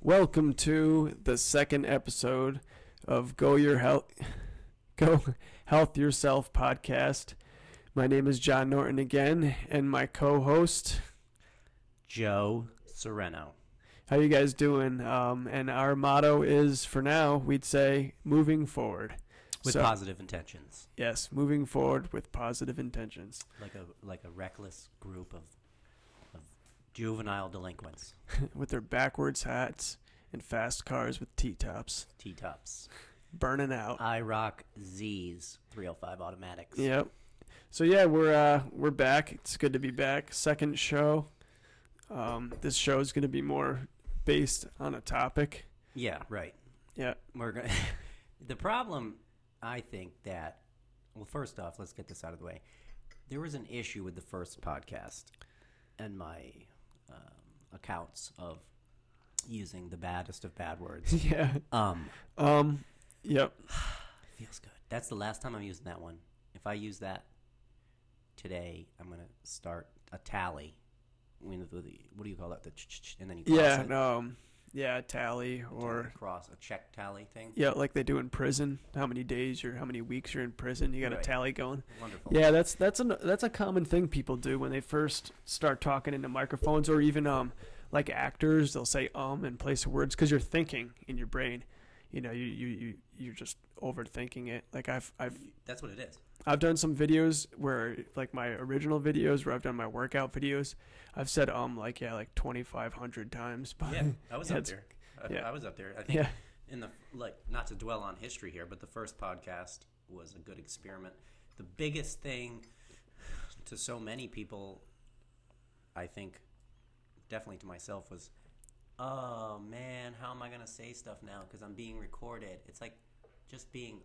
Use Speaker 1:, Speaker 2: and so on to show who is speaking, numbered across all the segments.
Speaker 1: Welcome to the second episode of Go Your Health Go Health Yourself podcast. My name is John Norton again and my co-host.
Speaker 2: Joe Sereno.
Speaker 1: How you guys doing? Um, and our motto is for now we'd say moving forward.
Speaker 2: With
Speaker 1: So-
Speaker 2: positive intentions,
Speaker 1: Yes, moving forward with positive intentions.
Speaker 2: like a like a reckless group of of juvenile delinquents,
Speaker 1: with their backwards hats and fast cars with T-tops
Speaker 2: T tops,
Speaker 1: burning out.
Speaker 2: I rock Z's, three hundred five automatics.
Speaker 1: Yep. So yeah, we're uh, we're back. It's good to be back. Second show. Um, this show is going to be more based on a topic.
Speaker 2: Yeah, right.
Speaker 1: Yeah.
Speaker 2: We're going The problem, I think that, well, first off, let's get this out of the way. There was an issue with the first podcast and my um, accounts of using the baddest of bad words.
Speaker 1: Yeah.
Speaker 2: Um,
Speaker 1: Um. Yep.
Speaker 2: feels good. That's the last time I'm using that one. If I use that today, I'm gonna start a tally. We know the, the- what do you call that? The ch- ch- ch- and then you cross
Speaker 1: Yeah.
Speaker 2: it.
Speaker 1: and, Um. Yeah. Tally or
Speaker 2: cross a check tally thing.
Speaker 1: yeah, like they do in prison. How many days or how many weeks you're in prison? You got a
Speaker 2: Right.
Speaker 1: tally going.
Speaker 2: Wonderful.
Speaker 1: Yeah, that's that's a that's a common thing people do when they first start talking into microphones or even um like actors they'll say um in place of words because you're thinking in your brain, you know you you you you're just overthinking it. Like I've I've
Speaker 2: That's what it is.
Speaker 1: I've done some videos where like my original videos where I've done my workout videos, I've said um like yeah like twenty five hundred times. But
Speaker 2: Yeah, I was up
Speaker 1: That's-
Speaker 2: there. I,
Speaker 1: yeah.
Speaker 2: I was up there. I think
Speaker 1: yeah,
Speaker 2: in the like not to dwell on history here, but the first podcast was a good experiment. The biggest thing to so many people, I think, definitely to myself was, oh man, how am I gonna say stuff now because I'm being recorded? It's like just being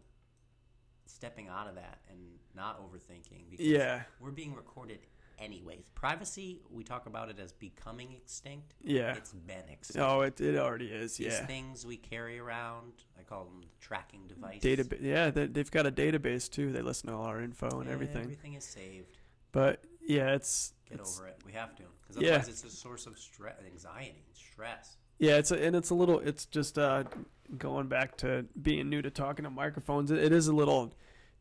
Speaker 2: stepping out of that and not overthinking because
Speaker 1: yeah,
Speaker 2: we're being recorded anyways. Privacy, we talk about it as becoming extinct.
Speaker 1: yeah.
Speaker 2: It's been extinct
Speaker 1: Oh, it it already is.
Speaker 2: these
Speaker 1: Yeah,
Speaker 2: things we carry around. I call them the tracking devices.
Speaker 1: database. Yeah, they, they've got a database too. They listen to all our info and everything.
Speaker 2: Everything is saved.
Speaker 1: But yeah, it's
Speaker 2: Get
Speaker 1: it's,
Speaker 2: over it. We have to, because
Speaker 1: Yeah.
Speaker 2: otherwise it's a source of stress, anxiety, and stress.
Speaker 1: yeah, it's a, and it's a little. It's just uh, going back to being new to talking to microphones. It, it is a little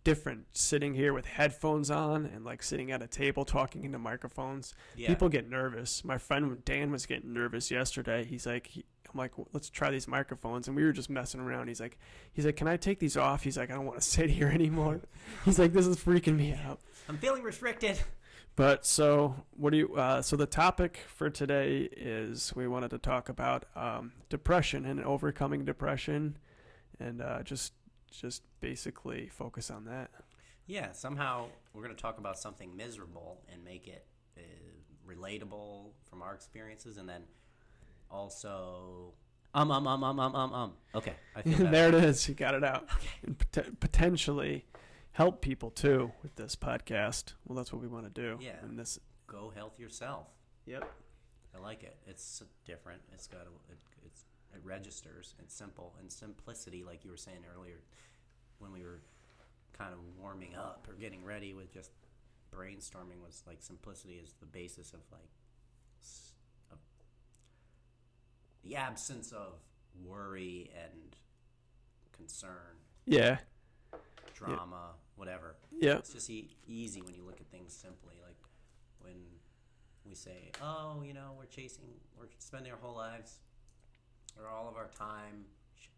Speaker 1: different sitting here with headphones on and like sitting at a table talking into microphones.
Speaker 2: Yeah.
Speaker 1: People get nervous. My friend Dan was getting nervous yesterday. He's like. He, I'm like, let's try these microphones, and we were just messing around. He's like, he's like, can I take these off? He's like, I don't want to sit here anymore. He's like, this is freaking me out.
Speaker 2: I'm feeling restricted.
Speaker 1: But so, what do you? Uh, so the topic for today is we wanted to talk about um, depression and overcoming depression, and uh, just just basically focus on that.
Speaker 2: Yeah. Somehow we're going to talk about something miserable and make it uh, relatable from our experiences, and then also um um um um um um um. Okay. I feel better.
Speaker 1: there it is. You got it out. And pot- potentially help people too with this podcast. Well, that's what we want to do.
Speaker 2: Yeah.
Speaker 1: And this.
Speaker 2: Go health yourself.
Speaker 1: Yep.
Speaker 2: I like it. It's different. It's got a, it, it's it registers. It's simple and simplicity, like you were saying earlier, when we were kind of warming up or getting ready with just brainstorming was like simplicity is the basis of like s- of the absence of worry and concern,
Speaker 1: Yeah.
Speaker 2: drama, whatever
Speaker 1: Yeah.
Speaker 2: it's just e- easy when you look at things simply like when we say oh you know we're chasing we're spending our whole lives or all of our time ch-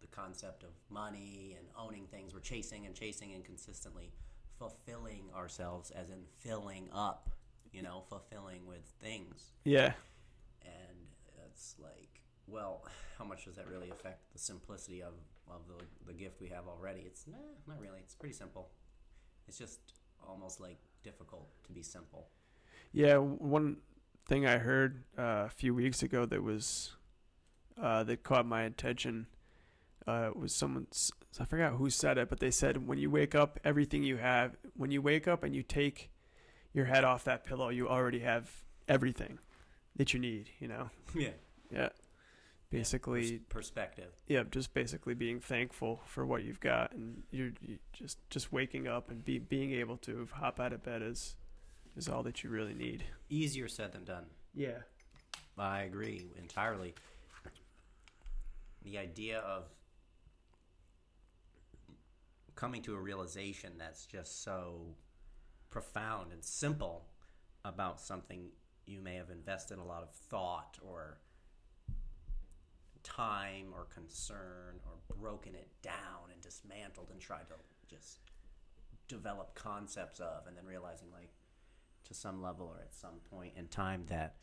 Speaker 2: the concept of money and owning things we're chasing and chasing and consistently fulfilling ourselves as in filling up you know fulfilling with things
Speaker 1: Yeah.
Speaker 2: and it's like well how much does that really affect the simplicity of, of the, the gift we have already it's nah, not really it's pretty simple it's just almost like difficult to be simple
Speaker 1: Yeah, w- one thing I heard uh, a few weeks ago that was uh, that caught my attention uh, was someone s- I forgot who said it, but they said when you wake up, everything you have, when you wake up and you take your head off that pillow, you already have everything that you need. You know,
Speaker 2: yeah
Speaker 1: yeah. Basically,
Speaker 2: perspective
Speaker 1: yeah, just basically being thankful for what you've got, and you're you just just waking up and be, being able to hop out of bed is is all that you really need.
Speaker 2: easier said than done
Speaker 1: Yeah.
Speaker 2: i agree entirely the idea of coming to a realization that's just so profound and simple about something you may have invested a lot of thought or time or concern or broken it down and dismantled and tried to just develop concepts of and then realizing like to some level or at some point in time that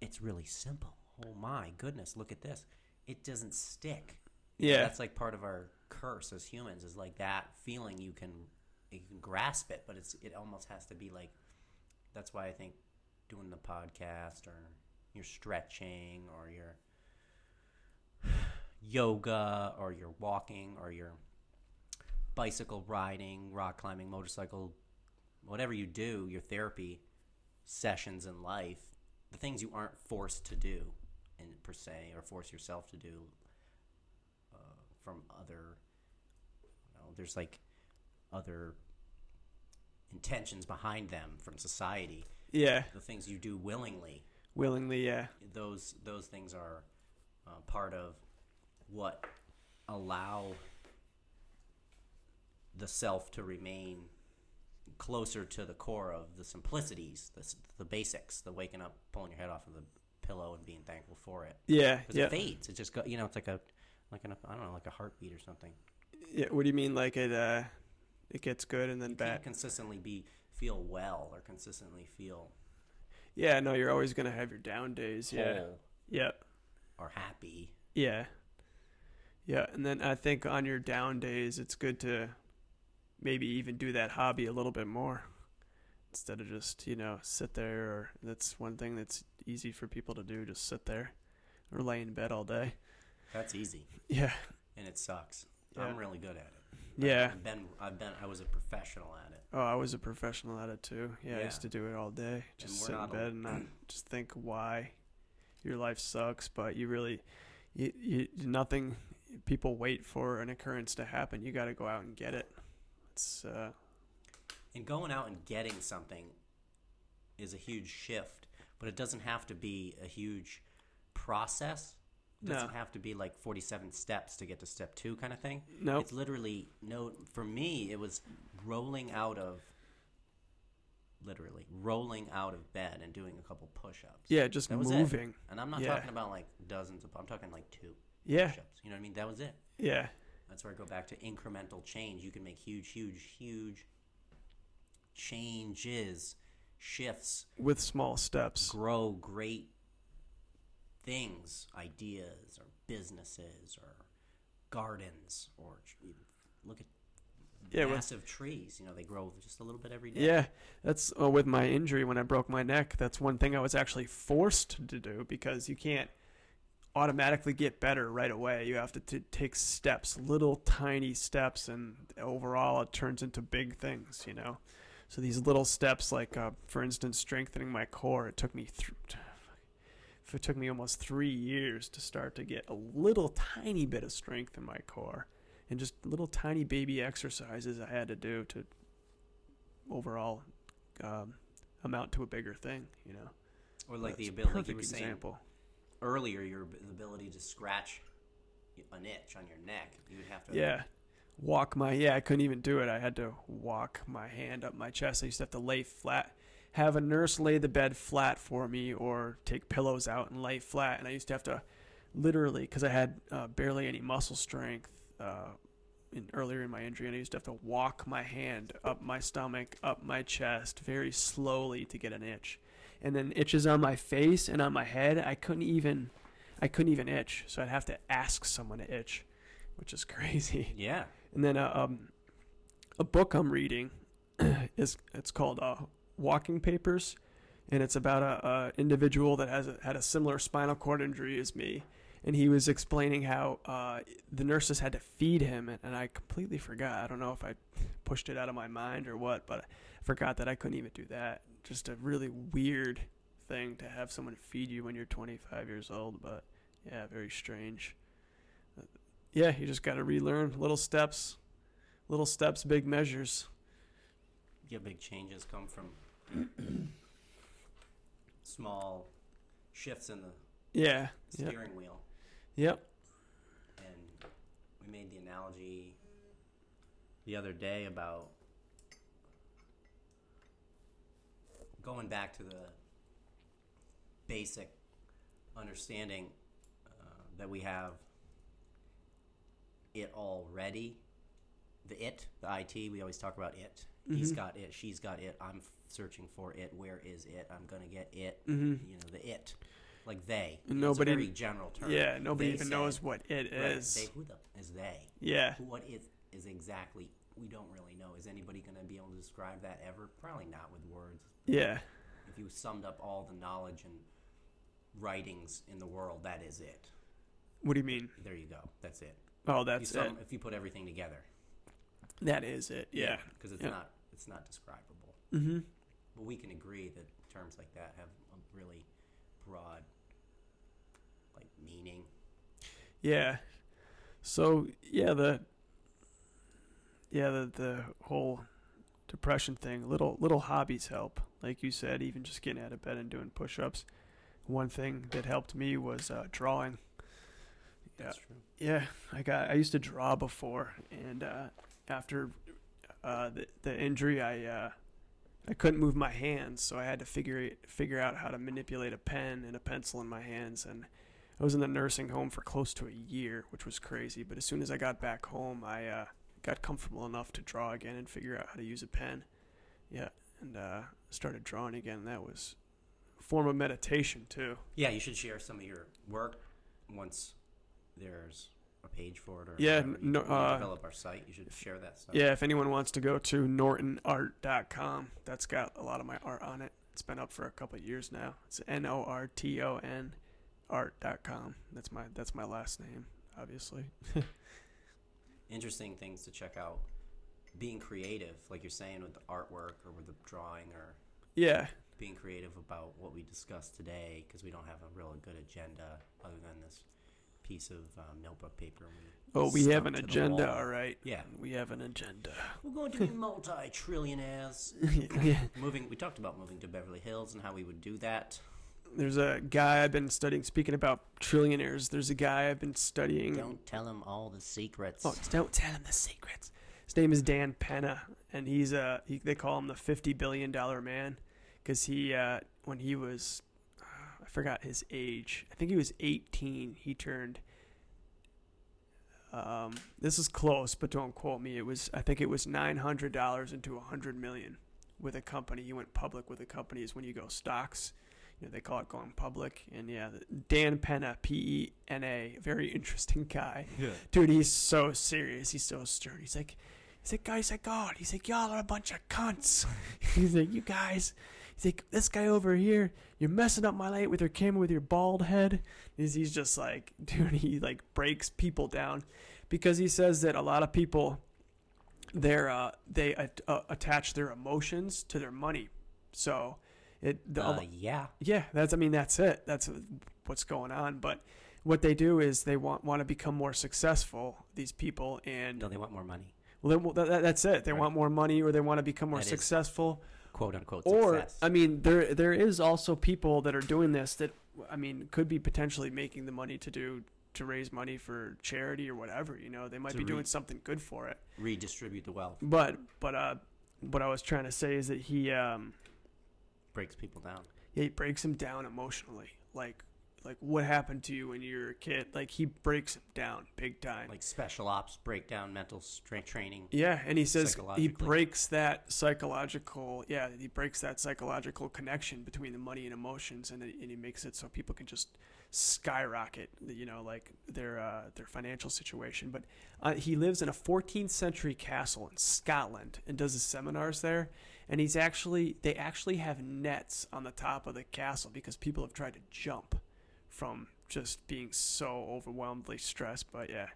Speaker 2: it's really simple oh my goodness look at this it doesn't stick You know,
Speaker 1: Yeah.
Speaker 2: that's like part of our curse as humans is like that feeling you can you can grasp it but it's it almost has to be like that's why i think doing the podcast or your stretching or your yoga or your walking or your bicycle riding, rock climbing, motorcycle, whatever you do, your therapy sessions in life, the things you aren't forced to do, in per se, or force yourself to do uh, from other. You know, there's like other intentions behind them from society.
Speaker 1: Yeah.
Speaker 2: The things you do willingly
Speaker 1: Willingly, yeah.
Speaker 2: those those things are uh, part of what allow the self to remain closer to the core of the simplicities, the, s- the basics, the waking up, pulling your head off of the pillow, and being thankful for it.
Speaker 1: Yeah.
Speaker 2: Because
Speaker 1: Yeah.
Speaker 2: it fades. It just go, you know, it's like a like an I don't know, like a heartbeat or something.
Speaker 1: yeah. What do you mean like it uh it gets good and then
Speaker 2: You can't
Speaker 1: bad?
Speaker 2: consistently be feel well or consistently feel
Speaker 1: Yeah, no, you're always going to have your down days.
Speaker 2: whole
Speaker 1: Yeah. Yep.
Speaker 2: or happy.
Speaker 1: Yeah. Yeah, and then I think on your down days, it's good to maybe even do that hobby a little bit more instead of just, you know, sit there or that's one thing that's easy for people to do, just sit there or lay in bed all day.
Speaker 2: That's easy,
Speaker 1: Yeah.
Speaker 2: and it sucks.
Speaker 1: Yeah.
Speaker 2: I'm really good at it.
Speaker 1: Yeah.
Speaker 2: I've been, I've been, I was a professional at it.
Speaker 1: Oh, I was a professional at it too. Yeah, I
Speaker 2: Yeah.
Speaker 1: used to do it all day. Just
Speaker 2: we're
Speaker 1: sit in
Speaker 2: not al-
Speaker 1: bed and not just think why your life sucks, but you really, you, you nothing. People wait for an occurrence to happen. You got to go out and get it. It's uh,
Speaker 2: And going out and getting something is a huge shift, but it doesn't have to be a huge process. It doesn't
Speaker 1: No.
Speaker 2: have to be like 47 steps to get to step two kind of thing.
Speaker 1: nope.
Speaker 2: It's literally no. For me, it was rolling out of, literally rolling out of bed and doing a couple push-ups.
Speaker 1: Yeah, just
Speaker 2: That was it.
Speaker 1: moving.
Speaker 2: And I'm not
Speaker 1: Yeah.
Speaker 2: talking about like dozens of. I'm talking like two
Speaker 1: Yeah,
Speaker 2: push-ups. You know what I mean? That was it.
Speaker 1: yeah,
Speaker 2: That's where I go back to incremental change. You can make huge, huge, huge changes, shifts,
Speaker 1: with small steps.
Speaker 2: grow great things, ideas, or businesses, or gardens, or tr- look at
Speaker 1: Yeah, with,
Speaker 2: massive trees. You know, they grow just a little bit every day.
Speaker 1: yeah. That's uh, with my injury when I broke my neck. That's one thing I was actually forced to do because you can't automatically get better right away. You have to t- take steps, little tiny steps, and overall it turns into big things. You know, so these little steps, like uh, for instance, strengthening my core, it took me th- it took me almost three years to start to get a little tiny bit of strength in my core, and just little tiny baby exercises I had to do to overall um, amount to a bigger thing. You know,
Speaker 2: Or like the
Speaker 1: That's a
Speaker 2: ability, like you
Speaker 1: perfect
Speaker 2: were saying
Speaker 1: example.
Speaker 2: earlier, your ab- ability to scratch an itch on your neck. You would have to
Speaker 1: Yeah. Walk my yeah, I couldn't even do it. I had to walk my hand up my chest. I used to have to lay flat have a nurse lay the bed flat for me or take pillows out and lay flat and I used to have to literally cuz I had uh, barely any muscle strength uh, in earlier in my injury and I used to have to walk my hand up my stomach, up my chest very slowly to get an itch. And then itches on my face and on my head. I couldn't even I couldn't even itch. So I'd have to ask someone to itch, which is crazy.
Speaker 2: Yeah.
Speaker 1: And then uh, um, a book I'm reading is it's called uh, Walking Papers, and it's about a, a individual that has a, had a similar spinal cord injury as me, and he was explaining how uh, the nurses had to feed him, and, and I completely forgot. I don't know if I pushed it out of my mind or what, but I forgot that I couldn't even do that. Just a really weird thing to have someone feed you when you're 25 years old, but yeah, very strange. Uh, Yeah, you just got to relearn little steps, little steps, big measures.
Speaker 2: Yeah, big changes come from small shifts in the
Speaker 1: Yeah. Yep.
Speaker 2: steering wheel.
Speaker 1: Yep.
Speaker 2: we made the analogy the other day about going back to the basic understanding uh, that we have it already the it the it we always talk about it he's
Speaker 1: Mhm.
Speaker 2: got it she's got it i'm f- searching for it where is it i'm gonna get it
Speaker 1: Mm-hmm.
Speaker 2: you know the it like they
Speaker 1: And
Speaker 2: It's a
Speaker 1: nobody-
Speaker 2: very general term
Speaker 1: Yeah, nobody
Speaker 2: They
Speaker 1: even
Speaker 2: said-
Speaker 1: knows what it
Speaker 2: Right,
Speaker 1: is.
Speaker 2: they, who the is they
Speaker 1: yeah,
Speaker 2: Who- what is is exactly we don't really know is anybody gonna be able to describe that ever probably not with words
Speaker 1: yeah,
Speaker 2: if you summed up all the knowledge and writings in the world that is it
Speaker 1: what do you mean?
Speaker 2: there you go that's it
Speaker 1: Oh,
Speaker 2: you
Speaker 1: that's it.
Speaker 2: sum, if you put everything together
Speaker 1: That is it. Yeah.
Speaker 2: because it's
Speaker 1: Yeah.
Speaker 2: not it's not describable
Speaker 1: Mm-hmm.
Speaker 2: but we can agree that terms like that have a really broad like meaning
Speaker 1: Yeah. So yeah, the yeah the the whole depression thing. Little little hobbies help, like you said. Even just getting out of bed and doing push-ups. One thing that helped me was uh, drawing.
Speaker 2: that's true
Speaker 1: Yeah, I got. I used to draw before, and uh, after uh, the the injury, I uh, I couldn't move my hands, so I had to figure it, figure out how to manipulate a pen and a pencil in my hands. And I was in the nursing home for close to a year, which was crazy. But as soon as I got back home, I uh, got comfortable enough to draw again and figure out how to use a pen. Yeah, and uh, started drawing again. That was a form of meditation too.
Speaker 2: yeah you should share some of your work once there's a page for it or
Speaker 1: Yeah,
Speaker 2: whatever.
Speaker 1: no,
Speaker 2: you,
Speaker 1: uh,
Speaker 2: develop our site you should share that stuff
Speaker 1: Yeah, if anyone wants to go to nortonart.com, that's got a lot of my art on it. It's been up for a couple of years now. It's N O R T O N art.com. That's my that's my last name, obviously.
Speaker 2: interesting things to check out being creative like you're saying with the artwork or with the drawing or
Speaker 1: Yeah.
Speaker 2: being creative about what we discussed today because we don't have a real good agenda other than this piece of um, notebook paper.
Speaker 1: Oh, we
Speaker 2: stuck
Speaker 1: have an
Speaker 2: to the
Speaker 1: agenda,
Speaker 2: wall.
Speaker 1: all right.
Speaker 2: Yeah.
Speaker 1: We have an agenda.
Speaker 2: We're going to be multi-trillionaires.
Speaker 1: yeah.
Speaker 2: moving, we talked about moving to Beverly Hills and how we would do that.
Speaker 1: There's a guy I've been studying speaking about trillionaires. There's a guy I've been studying
Speaker 2: Don't tell them all the secrets.
Speaker 1: Hmm. Oh, don't tell him the secrets. His name is Dan Penna, and he's uh he, they call him the fifty billion dollar man because he uh when he was uh, I forgot his age. I think he was eighteen. He turned. Um, this is close, but don't quote me. It was I think it was nine hundred dollars into a hundred million with a company. He went public with a company is when you go stocks. You know, they call it going public, and yeah, Dan Penna, P E N A, very interesting guy
Speaker 2: yeah.
Speaker 1: dude, he's so serious. He's so stern. He's like, he's like, guys, like God. He's like, y'all are a bunch of cunts. he's like, you guys. He's like, this guy over here, you're messing up my light with your camera with your bald head. He's, he's just like, dude, he like breaks people down because he says that a lot of people, they're uh, they at, uh, attach their emotions to their money. So it the,
Speaker 2: Uh, yeah.
Speaker 1: yeah, that's. I mean, that's it. That's what's going on. But what they do is they want want to become more successful. These people and
Speaker 2: No, they want more money.
Speaker 1: well, they- well, that, that- that's it. They
Speaker 2: Right.
Speaker 1: want more money or they want to become more
Speaker 2: That is
Speaker 1: successful.
Speaker 2: Quote unquote
Speaker 1: Or
Speaker 2: success.
Speaker 1: I mean, there there is also people that are doing this that I mean could be potentially making the money to do to raise money for charity or whatever. You know, they might
Speaker 2: To
Speaker 1: be
Speaker 2: re-
Speaker 1: doing something good for it.
Speaker 2: Redistribute the wealth.
Speaker 1: But but uh, what I was trying to say is that he um.
Speaker 2: Breaks people down.
Speaker 1: yeah, he breaks him down emotionally. Like like what happened to you when you were a kid? Like he breaks him down big time.
Speaker 2: Like special ops, breakdown, mental stra- training.
Speaker 1: yeah, and he says he
Speaker 2: Psychologically.
Speaker 1: breaks that psychological yeah, he breaks that psychological connection between the money and emotions and it- and he makes it so people can just skyrocket, you know, like their uh, their financial situation. But uh, he lives in a 14th century castle in Scotland and does his seminars there. And he's actually they actually have nets on the top of the castle because people have tried to jump from just being so overwhelmingly stressed. But yeah,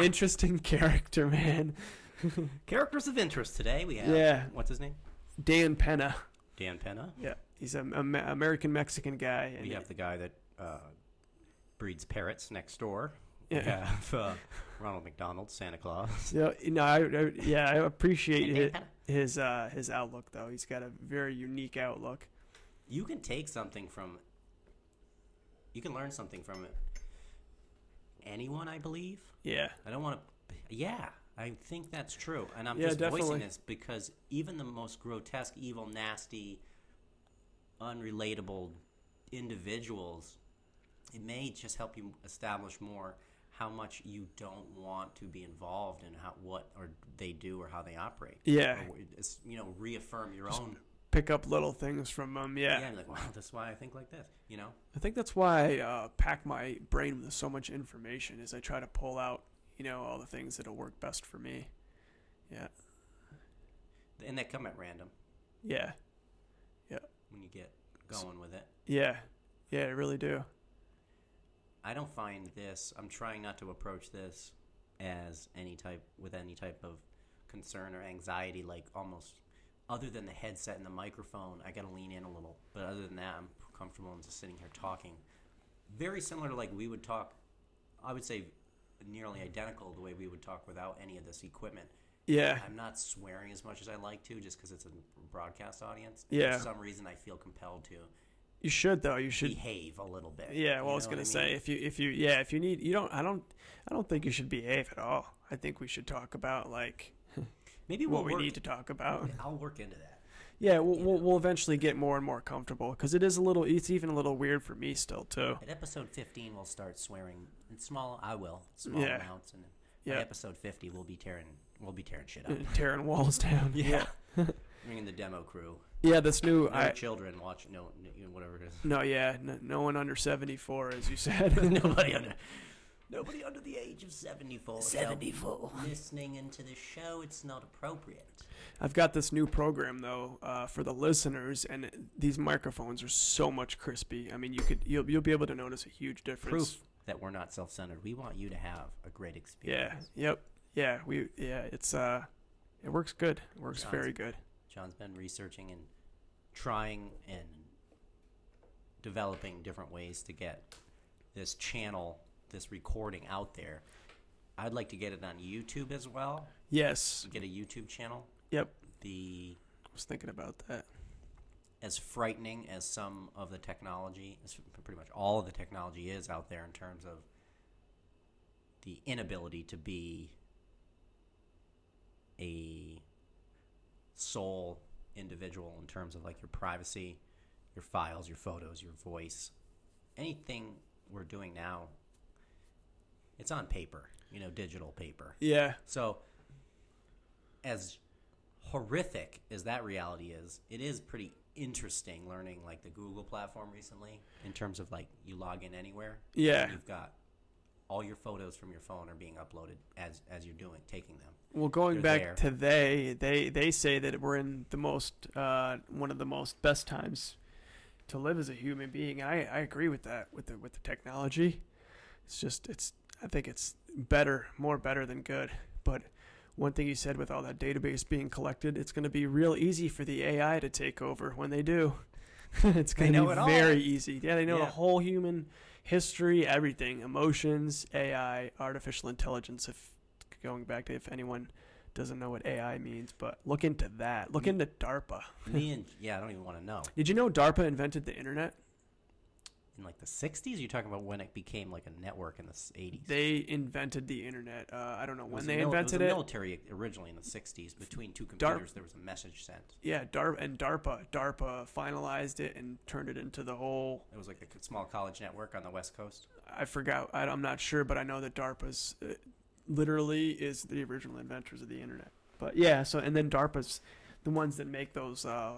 Speaker 1: interesting character, man.
Speaker 2: Characters of interest today. We have.
Speaker 1: Yeah.
Speaker 2: What's his name?
Speaker 1: Dan Penna.
Speaker 2: Dan Penna.
Speaker 1: Yeah, he's an American Mexican guy. And
Speaker 2: We have the guy that uh, breeds parrots next door. We
Speaker 1: Yeah.
Speaker 2: have uh, Ronald McDonald, Santa Claus.
Speaker 1: you know, you know, I, I, yeah, I appreciate
Speaker 2: And
Speaker 1: it.
Speaker 2: Dan Penna.
Speaker 1: his uh his outlook though. He's got a very unique outlook.
Speaker 2: You can take something from. You can learn something from it, anyone, I believe.
Speaker 1: Yeah.
Speaker 2: I don't want to. Yeah, I think that's true, and I'm
Speaker 1: Yeah,
Speaker 2: just voicing
Speaker 1: definitely.
Speaker 2: this because even the most grotesque, evil, nasty, unrelatable individuals, it may just help you establish more how much you don't want to be involved in how what or they do or how they operate.
Speaker 1: Yeah.
Speaker 2: Or, it's, you know, reaffirm your own.
Speaker 1: Pick up little things from them. Yeah.
Speaker 2: Yeah, like wow, that's why I think like this. You know,
Speaker 1: I think that's why I uh, pack my brain with so much information is I try to pull out, you know, all the things that'll work best for me. Yeah.
Speaker 2: and they come at random
Speaker 1: Yeah.
Speaker 2: when you get going with it.
Speaker 1: Yeah. Yeah, I really do.
Speaker 2: I don't find this. I'm trying not to approach this as any type with any type of concern or anxiety. Like almost, other than the headset and the microphone, I gotta lean in a little. But other than that, I'm comfortable and just sitting here talking. Very similar to like we would talk. I would say nearly identical the way we would talk without any of this equipment.
Speaker 1: Yeah.
Speaker 2: I'm not swearing as much as I like to, just because it's a broadcast audience.
Speaker 1: Yeah.
Speaker 2: For some reason, I feel compelled to
Speaker 1: You should though. You should
Speaker 2: behave a little bit.
Speaker 1: Yeah,
Speaker 2: You
Speaker 1: well, I was
Speaker 2: know what
Speaker 1: gonna
Speaker 2: mean?
Speaker 1: say if you if you yeah if you need you don't I don't I don't think you should behave at all. I think we should talk about like
Speaker 2: maybe
Speaker 1: what
Speaker 2: we'll
Speaker 1: we
Speaker 2: work-
Speaker 1: need to talk about.
Speaker 2: I'll work into that.
Speaker 1: Yeah, we'll we'll, we'll eventually get more and more comfortable because it is a little it's even a little weird for me still too.
Speaker 2: At episode 15, we'll start swearing in small. I will small
Speaker 1: Yeah.
Speaker 2: amounts, and by
Speaker 1: Yeah,
Speaker 2: episode 50, we'll be tearing we'll be tearing shit up.
Speaker 1: tearing walls down.
Speaker 2: bringing the demo crew.
Speaker 1: yeah. This new
Speaker 2: No
Speaker 1: I
Speaker 2: children watch. No, no, you know, whatever it
Speaker 1: no yeah no, no one under seventy four as you said.
Speaker 2: is. nobody under nobody under the age of 74. shall be listening into the show. It's not appropriate.
Speaker 1: I've got this new program though uh, for the listeners, and these microphones are so much crispy. I mean, you could you'll you'll be able to notice a huge difference.
Speaker 2: Proof that we're not self-centered. We want you to have a great
Speaker 1: Yeah.
Speaker 2: experience.
Speaker 1: Yep. Yeah. We. Yeah. It's uh, it works good. It works
Speaker 2: Sounds-
Speaker 1: very good.
Speaker 2: John's been researching and trying and developing different ways to get this channel, this recording out there. I'd like to get it on YouTube as well.
Speaker 1: Yes.
Speaker 2: Get a YouTube channel.
Speaker 1: Yep.
Speaker 2: The
Speaker 1: I was thinking about that.
Speaker 2: as frightening as some of the technology, as pretty much all of the technology is out there in terms of the inability to be a sole individual in terms of like your privacy, your files, your photos, your voice, anything we're doing now, it's on paper, you know, digital paper.
Speaker 1: Yeah.
Speaker 2: So, as horrific as that reality is, it is pretty interesting learning like the Google platform recently in terms of like you log in anywhere.
Speaker 1: Yeah.
Speaker 2: You've got all your photos from your phone are being uploaded as as you're doing taking them.
Speaker 1: Well, going
Speaker 2: They're
Speaker 1: back to
Speaker 2: there.
Speaker 1: they, they they say that we're in the most uh, one of the most best times to live as a human being. And I, I agree with that with the with the technology. It's just it's I think it's better, more better than good. But one thing you said with all that database being collected, it's going to be real easy for the AI to take over when they do. it's
Speaker 2: They
Speaker 1: going to
Speaker 2: know
Speaker 1: be
Speaker 2: it all.
Speaker 1: very easy. Yeah, they know
Speaker 2: Yeah.
Speaker 1: the whole human history, everything, emotions, AI, artificial intelligence. If going back to if anyone doesn't know what AI means, but look into that. Look into DARPA.
Speaker 2: Me and yeah, I don't even want to know.
Speaker 1: Did you know DARPA invented the internet?
Speaker 2: In like the 60s, you're talking about when it became like a network in the s- 80s.
Speaker 1: They invented the internet. Uh, I don't know
Speaker 2: It
Speaker 1: when
Speaker 2: was
Speaker 1: they
Speaker 2: a mil-
Speaker 1: invented
Speaker 2: it, was
Speaker 1: it.
Speaker 2: a military originally in the 60s between two
Speaker 1: Dark-
Speaker 2: computers there was a message sent.
Speaker 1: Yeah, DARPA and DARPA. DARPA finalized it and turned it into the whole.
Speaker 2: It was like a c- small college network on the West Coast.
Speaker 1: I forgot. I, am not sure, but I know that DARPA's uh, literally is the original inventors of the internet. But yeah, so and then DARPA's the ones that make those uh,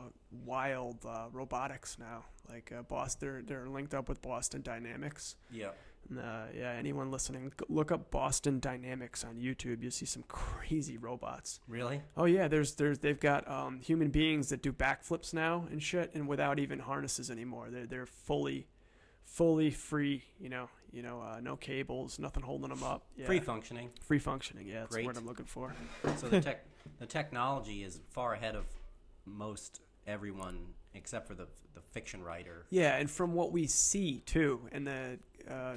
Speaker 1: wild uh, robotics now. Like uh, Boston, they're, they're linked up with Boston Dynamics.
Speaker 2: Yeah.
Speaker 1: And, Uh, yeah, anyone listening, g- look up Boston Dynamics on YouTube. You'll see some crazy robots.
Speaker 2: Really?
Speaker 1: Oh yeah, there's there's they've got um, human beings that do backflips now and shit, and without even harnesses anymore. They're they're fully, fully free. You know, you know, uh, no cables, nothing holding them up. Yeah.
Speaker 2: Free functioning.
Speaker 1: free functioning. Yeah, that's
Speaker 2: Great.
Speaker 1: the word I'm looking for.
Speaker 2: So the tech, the technology is far ahead of most everyone except for the the fiction writer.
Speaker 1: Yeah, and from what we see too, and the uh,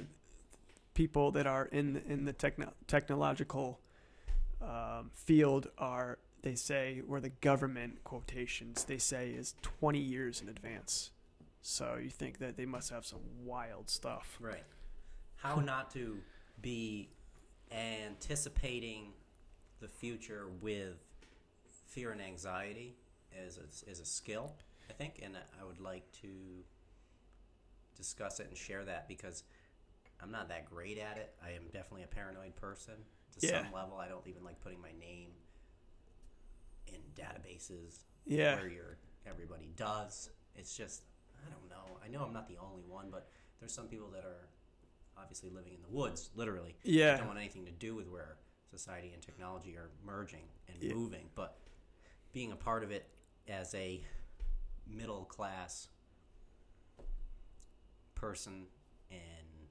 Speaker 1: people that are in in the techno- technological um, field are they say where the government quotations they say is 20 years in advance. So you think that they must have some wild stuff.
Speaker 2: Right. How not to be anticipating the future with fear and anxiety as a, as a skill, I think, and I would like to discuss it and share that because I'm not that great at it. I am definitely a paranoid person to
Speaker 1: Yeah.
Speaker 2: some level. I don't even like putting my name in databases
Speaker 1: Yeah.
Speaker 2: where your everybody does. It's just I don't know. I know I'm not the only one, but there's some people that are obviously living in the woods, literally.
Speaker 1: Yeah.
Speaker 2: Don't want anything to do with where society and technology are merging and
Speaker 1: Yeah.
Speaker 2: moving, but being a part of it as a middle class person in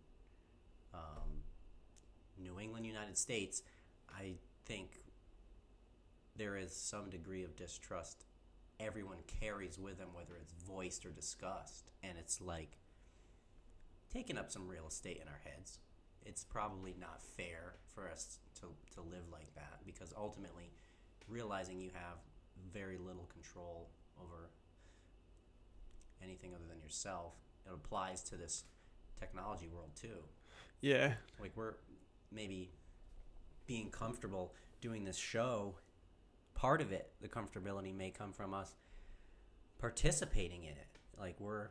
Speaker 2: um, New England, United States, I think there is some degree of distrust everyone carries with them, whether it's voiced or discussed. And it's like taking up some real estate in our heads. It's probably not fair for us to, to live like that because ultimately, realizing you have very little control over anything other than yourself, it applies to this technology world too
Speaker 1: Yeah.
Speaker 2: like we're maybe being comfortable doing this show part of it the comfortability may come from us participating in it like we're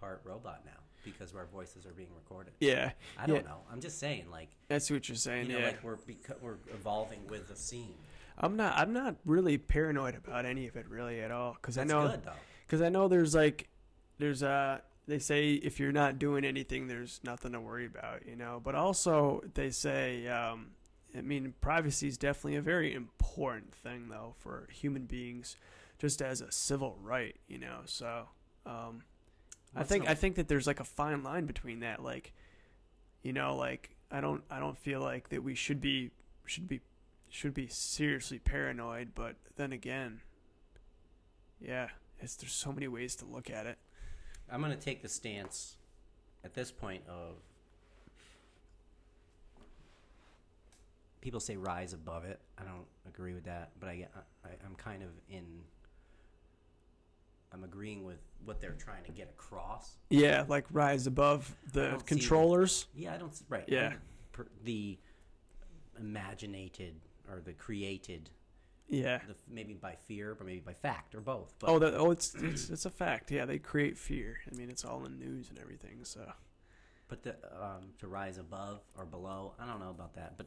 Speaker 2: part robot now because our voices are being recorded
Speaker 1: Yeah.
Speaker 2: i don't
Speaker 1: Yeah.
Speaker 2: know i'm just saying like
Speaker 1: That's what you're
Speaker 2: you
Speaker 1: saying.
Speaker 2: know
Speaker 1: yeah.
Speaker 2: like we're beco- we're evolving with the scene
Speaker 1: I'm not. I'm not really paranoid about any of it really at all. Because I
Speaker 2: that's
Speaker 1: know.
Speaker 2: good though
Speaker 1: Because I know there's like, there's uh They say if you're not doing anything, there's nothing to worry about, you know. But also they say, um, I mean, privacy is definitely a very important thing though for human beings, just as a civil right, you know. So, um, I
Speaker 2: What's
Speaker 1: think
Speaker 2: the-
Speaker 1: I think that there's like a fine line between that, like, you know, like I don't I don't feel like that we should be should be should be seriously paranoid, but then again, yeah, it's, there's so many ways to look at it.
Speaker 2: I'm going to take the stance at this point of people say rise above it. I don't agree with that, but I, I I'm kind of in. I'm agreeing with what they're trying to get across.
Speaker 1: Yeah, like rise above
Speaker 2: I
Speaker 1: the
Speaker 2: don't see
Speaker 1: controllers.
Speaker 2: Yeah, I don't. s- Right.
Speaker 1: Yeah.
Speaker 2: Per, the imaginated or the created,
Speaker 1: Yeah.
Speaker 2: the, f- maybe by fear, but maybe by fact or both. But
Speaker 1: Oh, that, oh, it's, it's it's a fact. Yeah, they create fear. I mean, it's all in news and everything. So
Speaker 2: But the um, to rise above or below, I don't know about that, but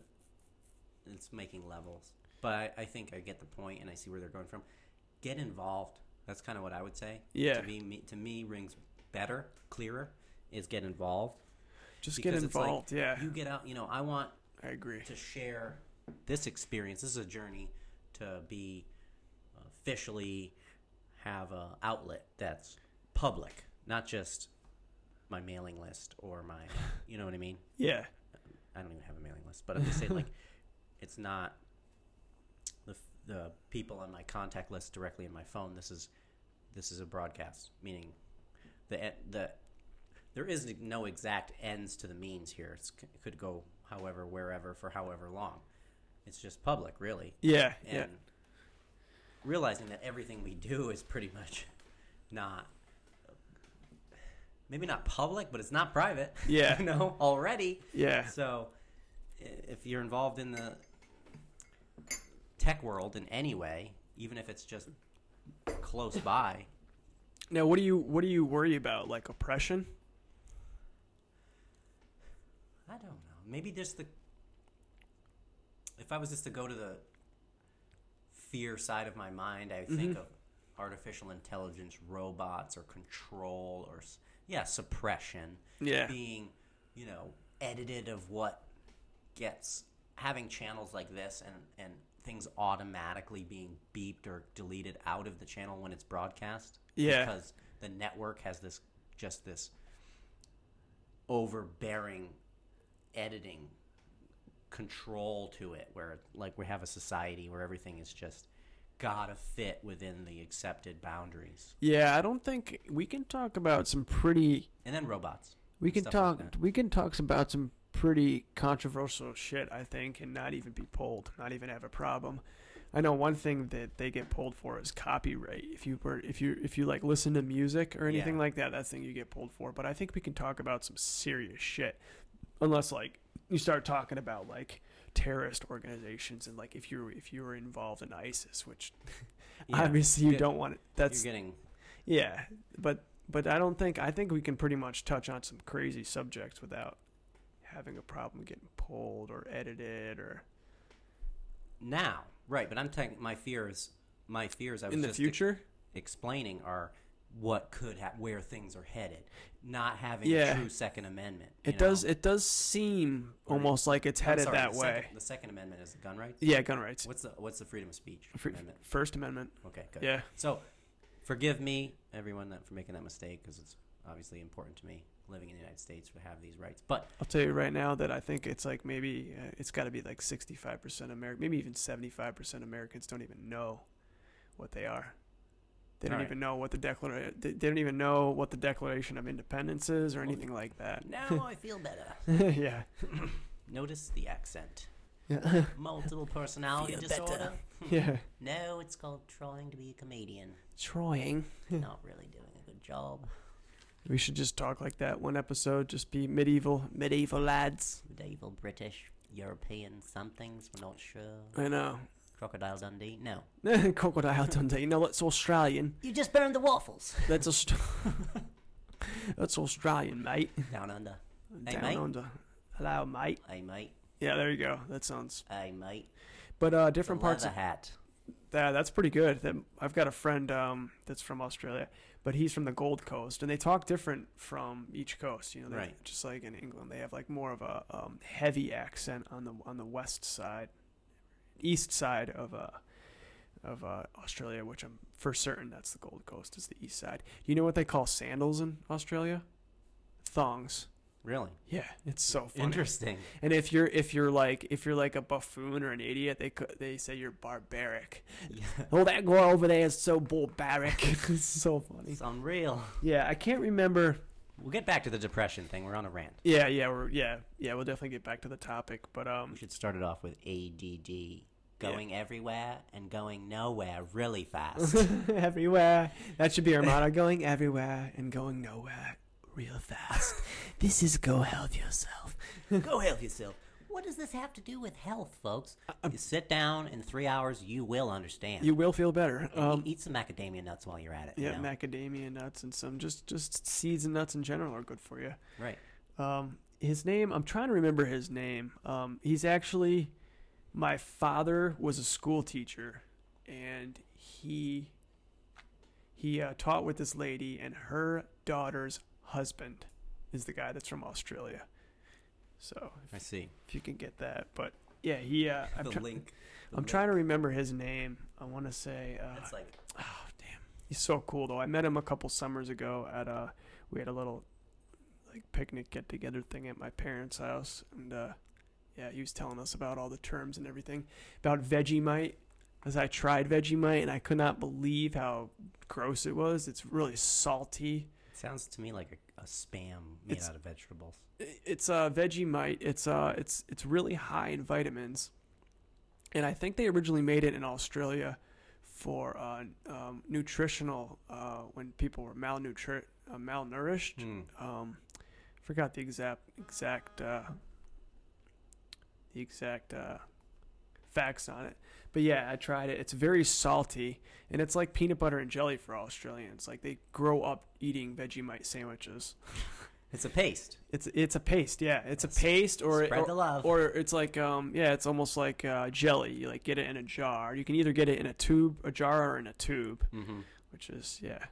Speaker 2: it's making levels. But I, I think I get the point, and I see where they're going from. Get involved. That's kind of what I would say.
Speaker 1: Yeah.
Speaker 2: To me, me, to me rings better, clearer is get involved.
Speaker 1: just
Speaker 2: Because
Speaker 1: get
Speaker 2: it's like
Speaker 1: involved. yeah,
Speaker 2: You get out. You know, I want
Speaker 1: I agree.
Speaker 2: to share this experience. This is a journey to be officially have a outlet that's public, not just my mailing list or my. You know what I mean?
Speaker 1: Yeah,
Speaker 2: I don't even have a mailing list, but I'm just saying like it's not the f- the people on my contact list directly in my phone. This is this is a broadcast, meaning the e- the there is no exact ends to the means here. It's, c- it could go however, wherever, for however long. It's just public, really,
Speaker 1: yeah,
Speaker 2: and
Speaker 1: yeah,
Speaker 2: realizing that everything we do is pretty much not maybe not public, but it's not private.
Speaker 1: Yeah.
Speaker 2: you know already.
Speaker 1: yeah,
Speaker 2: So, i- if you're involved in the tech world in any way, even if it's just close by,
Speaker 1: Now, what do you what do you worry about? Like oppression?
Speaker 2: I don't know. Maybe just the. If I was just to go to the fear side of my mind, I think of artificial intelligence, robots, or control, or s- yeah, suppression.
Speaker 1: Yeah,
Speaker 2: being, you know, edited of what gets having channels like this and and things automatically being beeped or deleted out of the channel when it's broadcast.
Speaker 1: Yeah.
Speaker 2: Because the network has this just this overbearing editing control to it where like we have a society where everything is just gotta fit within the accepted boundaries.
Speaker 1: yeah. I don't think we can talk about some pretty
Speaker 2: And then robots.
Speaker 1: we can
Speaker 2: Stuff like
Speaker 1: talk
Speaker 2: that.
Speaker 1: we can talk about some pretty controversial shit. I think, and not even be polled, not even have a problem. I know one thing that they get pulled for is copyright. If you were if you if you like listen to music or anything
Speaker 2: Yeah.
Speaker 1: like that, that's the thing you get pulled for. But I think we can talk about some serious shit, unless like you start talking about like terrorist organizations and like if you if you were involved in ISIS, which
Speaker 2: Yeah,
Speaker 1: obviously you
Speaker 2: get-
Speaker 1: don't want. That's
Speaker 2: you're getting
Speaker 1: yeah, but but I don't think I think we can pretty much touch on some crazy subjects without having a problem getting pulled or edited or
Speaker 2: now right. But I'm taking my fears. My fears. I was
Speaker 1: in the
Speaker 2: just
Speaker 1: future.
Speaker 2: explaining are what could ha- where things are headed, not having
Speaker 1: Yeah.
Speaker 2: a true Second Amendment. you
Speaker 1: It does
Speaker 2: know?
Speaker 1: it does seem almost like it's
Speaker 2: I'm
Speaker 1: headed
Speaker 2: sorry,
Speaker 1: that
Speaker 2: the
Speaker 1: way.
Speaker 2: Second, the Second Amendment is the gun rights.
Speaker 1: yeah, gun rights.
Speaker 2: What's the what's the freedom of speech
Speaker 1: Fr-
Speaker 2: amendment?
Speaker 1: First Amendment.
Speaker 2: Okay, good.
Speaker 1: Yeah.
Speaker 2: So, forgive me, everyone, that for making that mistake because it's obviously important to me living in the United States to have these rights. But
Speaker 1: I'll tell you right now that I think it's like maybe uh, it's got to be like 65% American, maybe even 75% Americans don't even know what they are. They don't
Speaker 2: All right.
Speaker 1: even know what the declaration they, they don't even know what the Declaration of Independence is or anything like that.
Speaker 2: now I feel better.
Speaker 1: yeah.
Speaker 2: Notice the accent.
Speaker 1: Yeah.
Speaker 2: Multiple personality
Speaker 3: Feel better.
Speaker 2: disorder.
Speaker 1: yeah.
Speaker 2: No, it's called trying to be a comedian.
Speaker 1: Trying.
Speaker 2: Not really doing a good job.
Speaker 1: We should just talk like that one episode just be medieval medieval lads.
Speaker 2: Medieval British, European somethings. We're not sure.
Speaker 1: I know.
Speaker 2: Crocodile Dundee. No.
Speaker 1: Crocodile Dundee. No, that's Australian.
Speaker 2: You just burned the waffles.
Speaker 1: That's Aust- That's Australian, mate.
Speaker 2: Down under. Hey,
Speaker 1: Down
Speaker 2: mate.
Speaker 1: under. Hello, mate.
Speaker 2: Hey mate.
Speaker 1: Yeah, there you go. That sounds.
Speaker 2: Hey mate.
Speaker 1: But uh, different
Speaker 2: the
Speaker 1: parts
Speaker 2: leather
Speaker 1: of
Speaker 2: hat.
Speaker 1: that. That's pretty good. That I've got a friend um, that's from Australia, but he's from the Gold Coast, and they talk different from each coast. You know, they-
Speaker 2: Right.
Speaker 1: Just like in England, they have like more of a um, heavy accent on the on the west side, east side of uh, of uh, Australia, which I'm for certain that's the Gold Coast is the east side. You know what they call sandals in Australia? Thongs.
Speaker 2: Really
Speaker 1: Yeah, it's so funny.
Speaker 2: interesting.
Speaker 1: And if you're if you're like if you're like a buffoon or an idiot, they co- they say you're barbaric. Oh, that girl over there is so barbaric. it's so funny.
Speaker 2: It's unreal.
Speaker 1: Yeah, I can't remember.
Speaker 2: We'll get back to the depression thing. We're on a rant.
Speaker 1: Yeah, yeah, we're, yeah, yeah. We'll definitely get back to the topic, but
Speaker 2: We
Speaker 1: um,
Speaker 2: should start it off with ADD. Going everywhere and going nowhere really fast.
Speaker 1: everywhere. That should be our motto: going everywhere and going nowhere real fast. this is go help yourself.
Speaker 2: Go help yourself. What does this have to do with health, folks? You sit down in three hours, you will understand.
Speaker 1: Uh, You will feel better.
Speaker 2: And
Speaker 1: Um,
Speaker 2: e- eat some macadamia nuts while you're at it. you
Speaker 1: yeah,
Speaker 2: know?
Speaker 1: macadamia nuts and some just just seeds and nuts in general are good for you.
Speaker 2: right.
Speaker 1: Um, his name, I'm trying to remember his name. Um, he's actually, my father was a school teacher, and he he uh, taught with this lady, and her daughter's husband is the guy that's from Australia. So
Speaker 2: I see.
Speaker 1: if you can get that, but yeah, he. Uh, I'm,
Speaker 2: the
Speaker 1: try-
Speaker 2: link.
Speaker 1: I'm trying to remember his name. I want to say. Uh,
Speaker 2: It's like
Speaker 1: Oh damn, he's so cool though. I met him a couple summers ago at a we had a little like picnic get together thing at my parents' house, and uh, yeah, he was telling us about all the terms and everything about Vegemite. As I tried Vegemite, and I could not believe how gross it was. It's really salty.
Speaker 2: it sounds to me like a, a spam made
Speaker 1: It's-
Speaker 2: out of vegetables.
Speaker 1: I- It's uh, Vegemite. It's uh, it's it's really high in vitamins, and I think they originally made it in Australia for uh, um, nutritional uh, when people were malnutri- uh, malnourished. um, forgot the exact exact uh, the exact uh, facts on it. But yeah, I tried it. It's very salty, and it's like peanut butter and jelly for Australians. Like they grow up eating Vegemite sandwiches.
Speaker 2: It's a paste.
Speaker 1: It's it's a paste, yeah. It's a paste, or
Speaker 2: Spread
Speaker 1: or,
Speaker 2: the love.
Speaker 1: or it's like um yeah, it's almost like uh, jelly. You like get it in a jar. You can either get it in a tube, a jar, or in a tube,
Speaker 2: hmm
Speaker 1: which is yeah.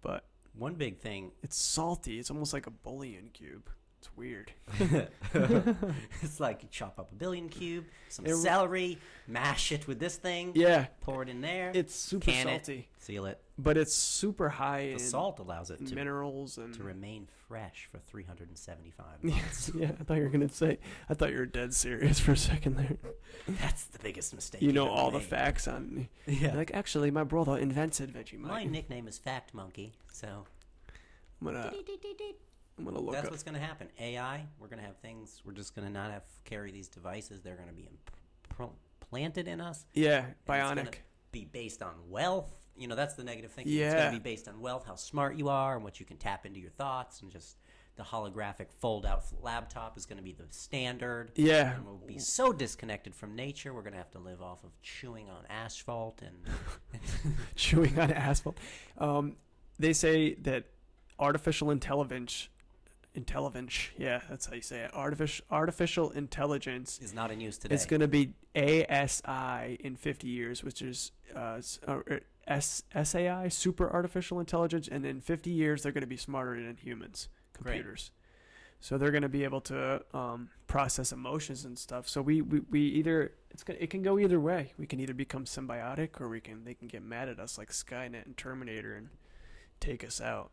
Speaker 1: But
Speaker 2: One big thing
Speaker 1: it's salty. It's almost like a bullion cube. It's weird.
Speaker 2: it's like you chop up a billion cube, some
Speaker 1: It-
Speaker 2: celery, mash it with this thing,
Speaker 1: Yeah,
Speaker 2: pour it in there,
Speaker 1: it's super
Speaker 2: Can it.
Speaker 1: salty,
Speaker 2: seal it.
Speaker 1: but it's super high
Speaker 2: The
Speaker 1: in
Speaker 2: salt allows it to,
Speaker 1: minerals and.
Speaker 2: to remain fresh for 375 months.
Speaker 1: yeah, I thought you were gonna say. I thought you were dead serious for a second there.
Speaker 2: That's the biggest mistake.
Speaker 1: You know
Speaker 2: could
Speaker 1: all the
Speaker 2: make.
Speaker 1: facts on me.
Speaker 2: Yeah.
Speaker 1: Like actually, my brother invented Vegemite.
Speaker 2: My nickname is Fact Monkey, so
Speaker 1: I'm gonna, I'm gonna look
Speaker 2: that's
Speaker 1: up.
Speaker 2: what's going to happen. AI, we're going to have things. We're just going to not have carry these devices. They're going to be imp- pro- planted in us.
Speaker 1: Yeah,
Speaker 2: gonna-
Speaker 1: bionic.
Speaker 2: be based on wealth. You know, that's the negative thinking. It's
Speaker 1: Yeah.
Speaker 2: going to be based on wealth, how smart you are, and what you can tap into your thoughts, and just the holographic fold-out laptop is going to be the standard.
Speaker 1: Yeah.
Speaker 2: And we'll be so disconnected from nature. We're going to have to live off of chewing on asphalt and
Speaker 1: chewing on asphalt. Um, they say that artificial intelligence, intelligence, yeah, that's how you say it. Artificial artificial intelligence
Speaker 2: is not in use today.
Speaker 1: It's going to be ASI in 50 years, which is uh, s- uh, S- SAI, super artificial intelligence. And in 50 years, they're going to be smarter than humans,
Speaker 2: Great.
Speaker 1: computers. So they're going to be able to um, process emotions and stuff. So we, we, we either it's gonna, it can go either way. We can either become symbiotic, or we can they can get mad at us like Skynet and Terminator and take us out.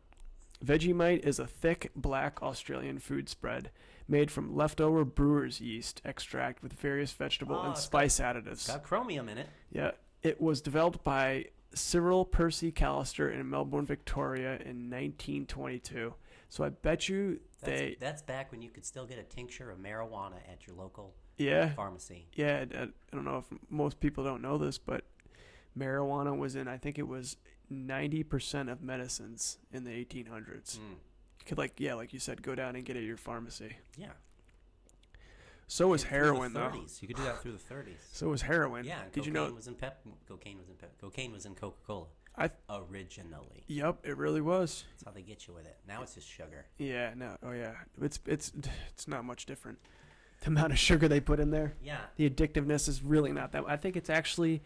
Speaker 1: Vegemite is a thick, black Australian food spread made from leftover brewer's yeast extract with various vegetable
Speaker 2: Oh,
Speaker 1: and
Speaker 2: it's
Speaker 1: spice additives.
Speaker 2: It's got chromium in it.
Speaker 1: Yeah, it was developed by Cyril Percy Callister in Melbourne, Victoria, in 1922. So I bet you
Speaker 2: That's,
Speaker 1: they,
Speaker 2: that's back when you could still get a tincture of marijuana at your local
Speaker 1: yeah,
Speaker 2: pharmacy.
Speaker 1: yeah. I, I don't know if most people don't know this, but marijuana was in. I think it was 90% of medicines in the 1800s.
Speaker 2: Mm.
Speaker 1: You could like, yeah, like you said, go down and get it at your pharmacy.
Speaker 2: Yeah.
Speaker 1: So is
Speaker 2: And through the
Speaker 1: heroin though.
Speaker 2: 30s. You could do that through the 30s.
Speaker 1: So is heroin.
Speaker 2: Yeah, and
Speaker 1: Did
Speaker 2: cocaine
Speaker 1: you know?
Speaker 2: was in pep cocaine was in pep cocaine was in Coca Cola
Speaker 1: I.
Speaker 2: originally.
Speaker 1: Yep, it really was.
Speaker 2: That's how they get you with it. Now it's just sugar.
Speaker 1: Yeah, no, oh yeah, it's it's it's not much different. The amount of sugar they put in there,
Speaker 2: Yeah.
Speaker 1: the addictiveness is really not that. I think it's actually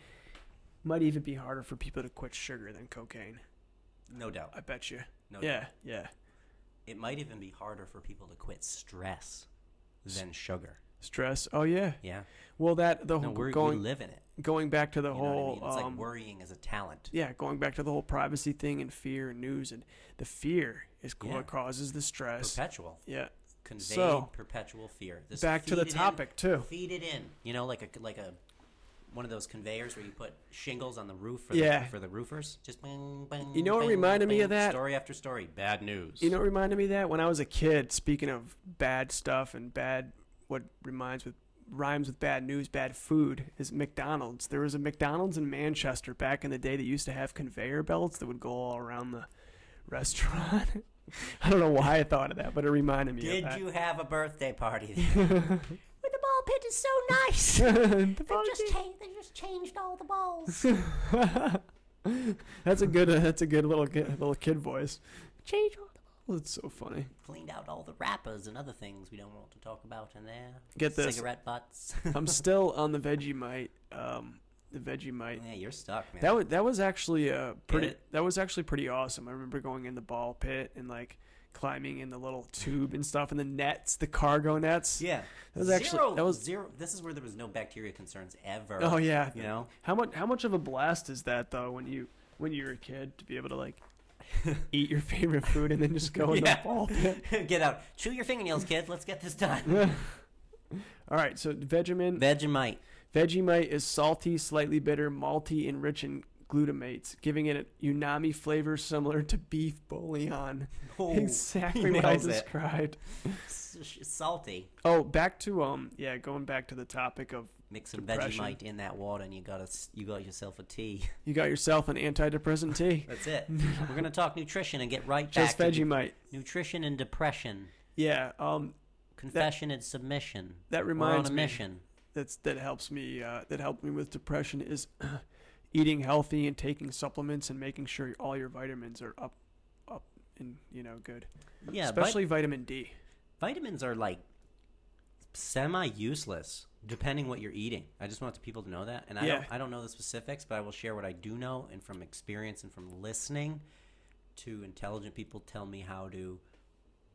Speaker 1: might even be harder for people to quit sugar than cocaine.
Speaker 2: No doubt.
Speaker 1: I bet you.
Speaker 2: No
Speaker 1: yeah,
Speaker 2: doubt.
Speaker 1: yeah.
Speaker 2: It might even be harder for people to quit stress than sugar.
Speaker 1: Stress. Oh yeah.
Speaker 2: Yeah.
Speaker 1: Well, that the
Speaker 2: No,
Speaker 1: whole
Speaker 2: we're, we
Speaker 1: Oh, going
Speaker 2: live in it.
Speaker 1: going back to the
Speaker 2: You know
Speaker 1: whole
Speaker 2: what I mean? It's
Speaker 1: um,
Speaker 2: like worrying is a talent.
Speaker 1: yeah, going back to the whole privacy thing and fear and news and the fear is
Speaker 2: Yeah.
Speaker 1: what causes the stress.
Speaker 2: Perpetual.
Speaker 1: yeah.
Speaker 2: Conveyed
Speaker 1: So,
Speaker 2: perpetual fear. This
Speaker 1: back to the
Speaker 2: feed it in-
Speaker 1: topic, too.
Speaker 2: Feed it in. You know, like a like a one of those conveyors where you put shingles on the roof for
Speaker 1: Yeah.
Speaker 2: the for the roofers. Just bang, bang.
Speaker 1: You know what
Speaker 2: bang,
Speaker 1: reminded me
Speaker 2: bang,
Speaker 1: of that?
Speaker 2: Story after story. Bad news.
Speaker 1: You know what reminded me of that? When I was a kid, speaking of bad stuff and bad what reminds with rhymes with bad news, bad food is McDonald's. There was a McDonald's in Manchester back in the day that used to have conveyor belts that would go all around the restaurant. I don't know why I thought of that, but it reminded me
Speaker 2: Did
Speaker 1: of that.
Speaker 2: you have a birthday party? there? But the ball pit is so nice.
Speaker 1: The
Speaker 2: They
Speaker 1: ball
Speaker 2: just,
Speaker 1: game.
Speaker 2: cha- they just changed all the balls.
Speaker 1: that's a good uh, that's a good little kid, little kid voice.
Speaker 2: Changed all the balls.
Speaker 1: That's so funny.
Speaker 2: Cleaned out all the wrappers and other things we don't want to talk about in there.
Speaker 1: Get this.
Speaker 2: Cigarette butts.
Speaker 1: I'm still on the Vegemite um the Vegemite
Speaker 2: yeah, you're stuck, man.
Speaker 1: That was that was actually uh pretty.
Speaker 2: it?
Speaker 1: That was actually pretty awesome. I remember going in the ball pit and like climbing in the little tube and stuff, and the nets, the cargo nets.
Speaker 2: yeah.
Speaker 1: That was actually-
Speaker 2: zero,
Speaker 1: that was-
Speaker 2: zero. This is where there was no bacteria concerns ever.
Speaker 1: Oh yeah.
Speaker 2: You know?
Speaker 1: How much how much of a blast is that though when you when you're a kid to be able to like eat your favorite food and then just go in
Speaker 2: Yeah.
Speaker 1: the ball pit.
Speaker 2: get out. Chew your fingernails, kid. Let's get this done.
Speaker 1: All right, so Vegemin
Speaker 2: Vegemite.
Speaker 1: Vegemite is salty, slightly bitter, malty, and rich in glutamates, giving it a umami flavor similar to beef bouillon.
Speaker 2: Oh,
Speaker 1: exactly
Speaker 2: he
Speaker 1: what I
Speaker 2: nails it.
Speaker 1: described.
Speaker 2: S- sh- salty.
Speaker 1: Oh, back to um, yeah, going back to the topic of
Speaker 2: Mix some
Speaker 1: Depression.
Speaker 2: Vegemite in that water, and you got a, s- you got yourself a tea.
Speaker 1: you got yourself an antidepressant tea,
Speaker 2: That's it. We're gonna talk nutrition and get right
Speaker 1: just
Speaker 2: back to
Speaker 1: Vegemite.
Speaker 2: nutrition and depression,
Speaker 1: Yeah, um,
Speaker 2: confession and submission.
Speaker 1: that
Speaker 2: We're on
Speaker 1: reminds
Speaker 2: a
Speaker 1: me.
Speaker 2: mission.
Speaker 1: that's that helps me. Uh, that helped me with depression is eating healthy and taking supplements and making sure all your vitamins are up, up and you know good.
Speaker 2: Yeah, vit-
Speaker 1: especially vitamin D.
Speaker 2: vitamins are like semi useless depending what you're eating. I just want the people to know that. And I
Speaker 1: Yeah.
Speaker 2: don't I don't know the specifics, but I will share what I do know and from experience and from listening to intelligent people tell me how to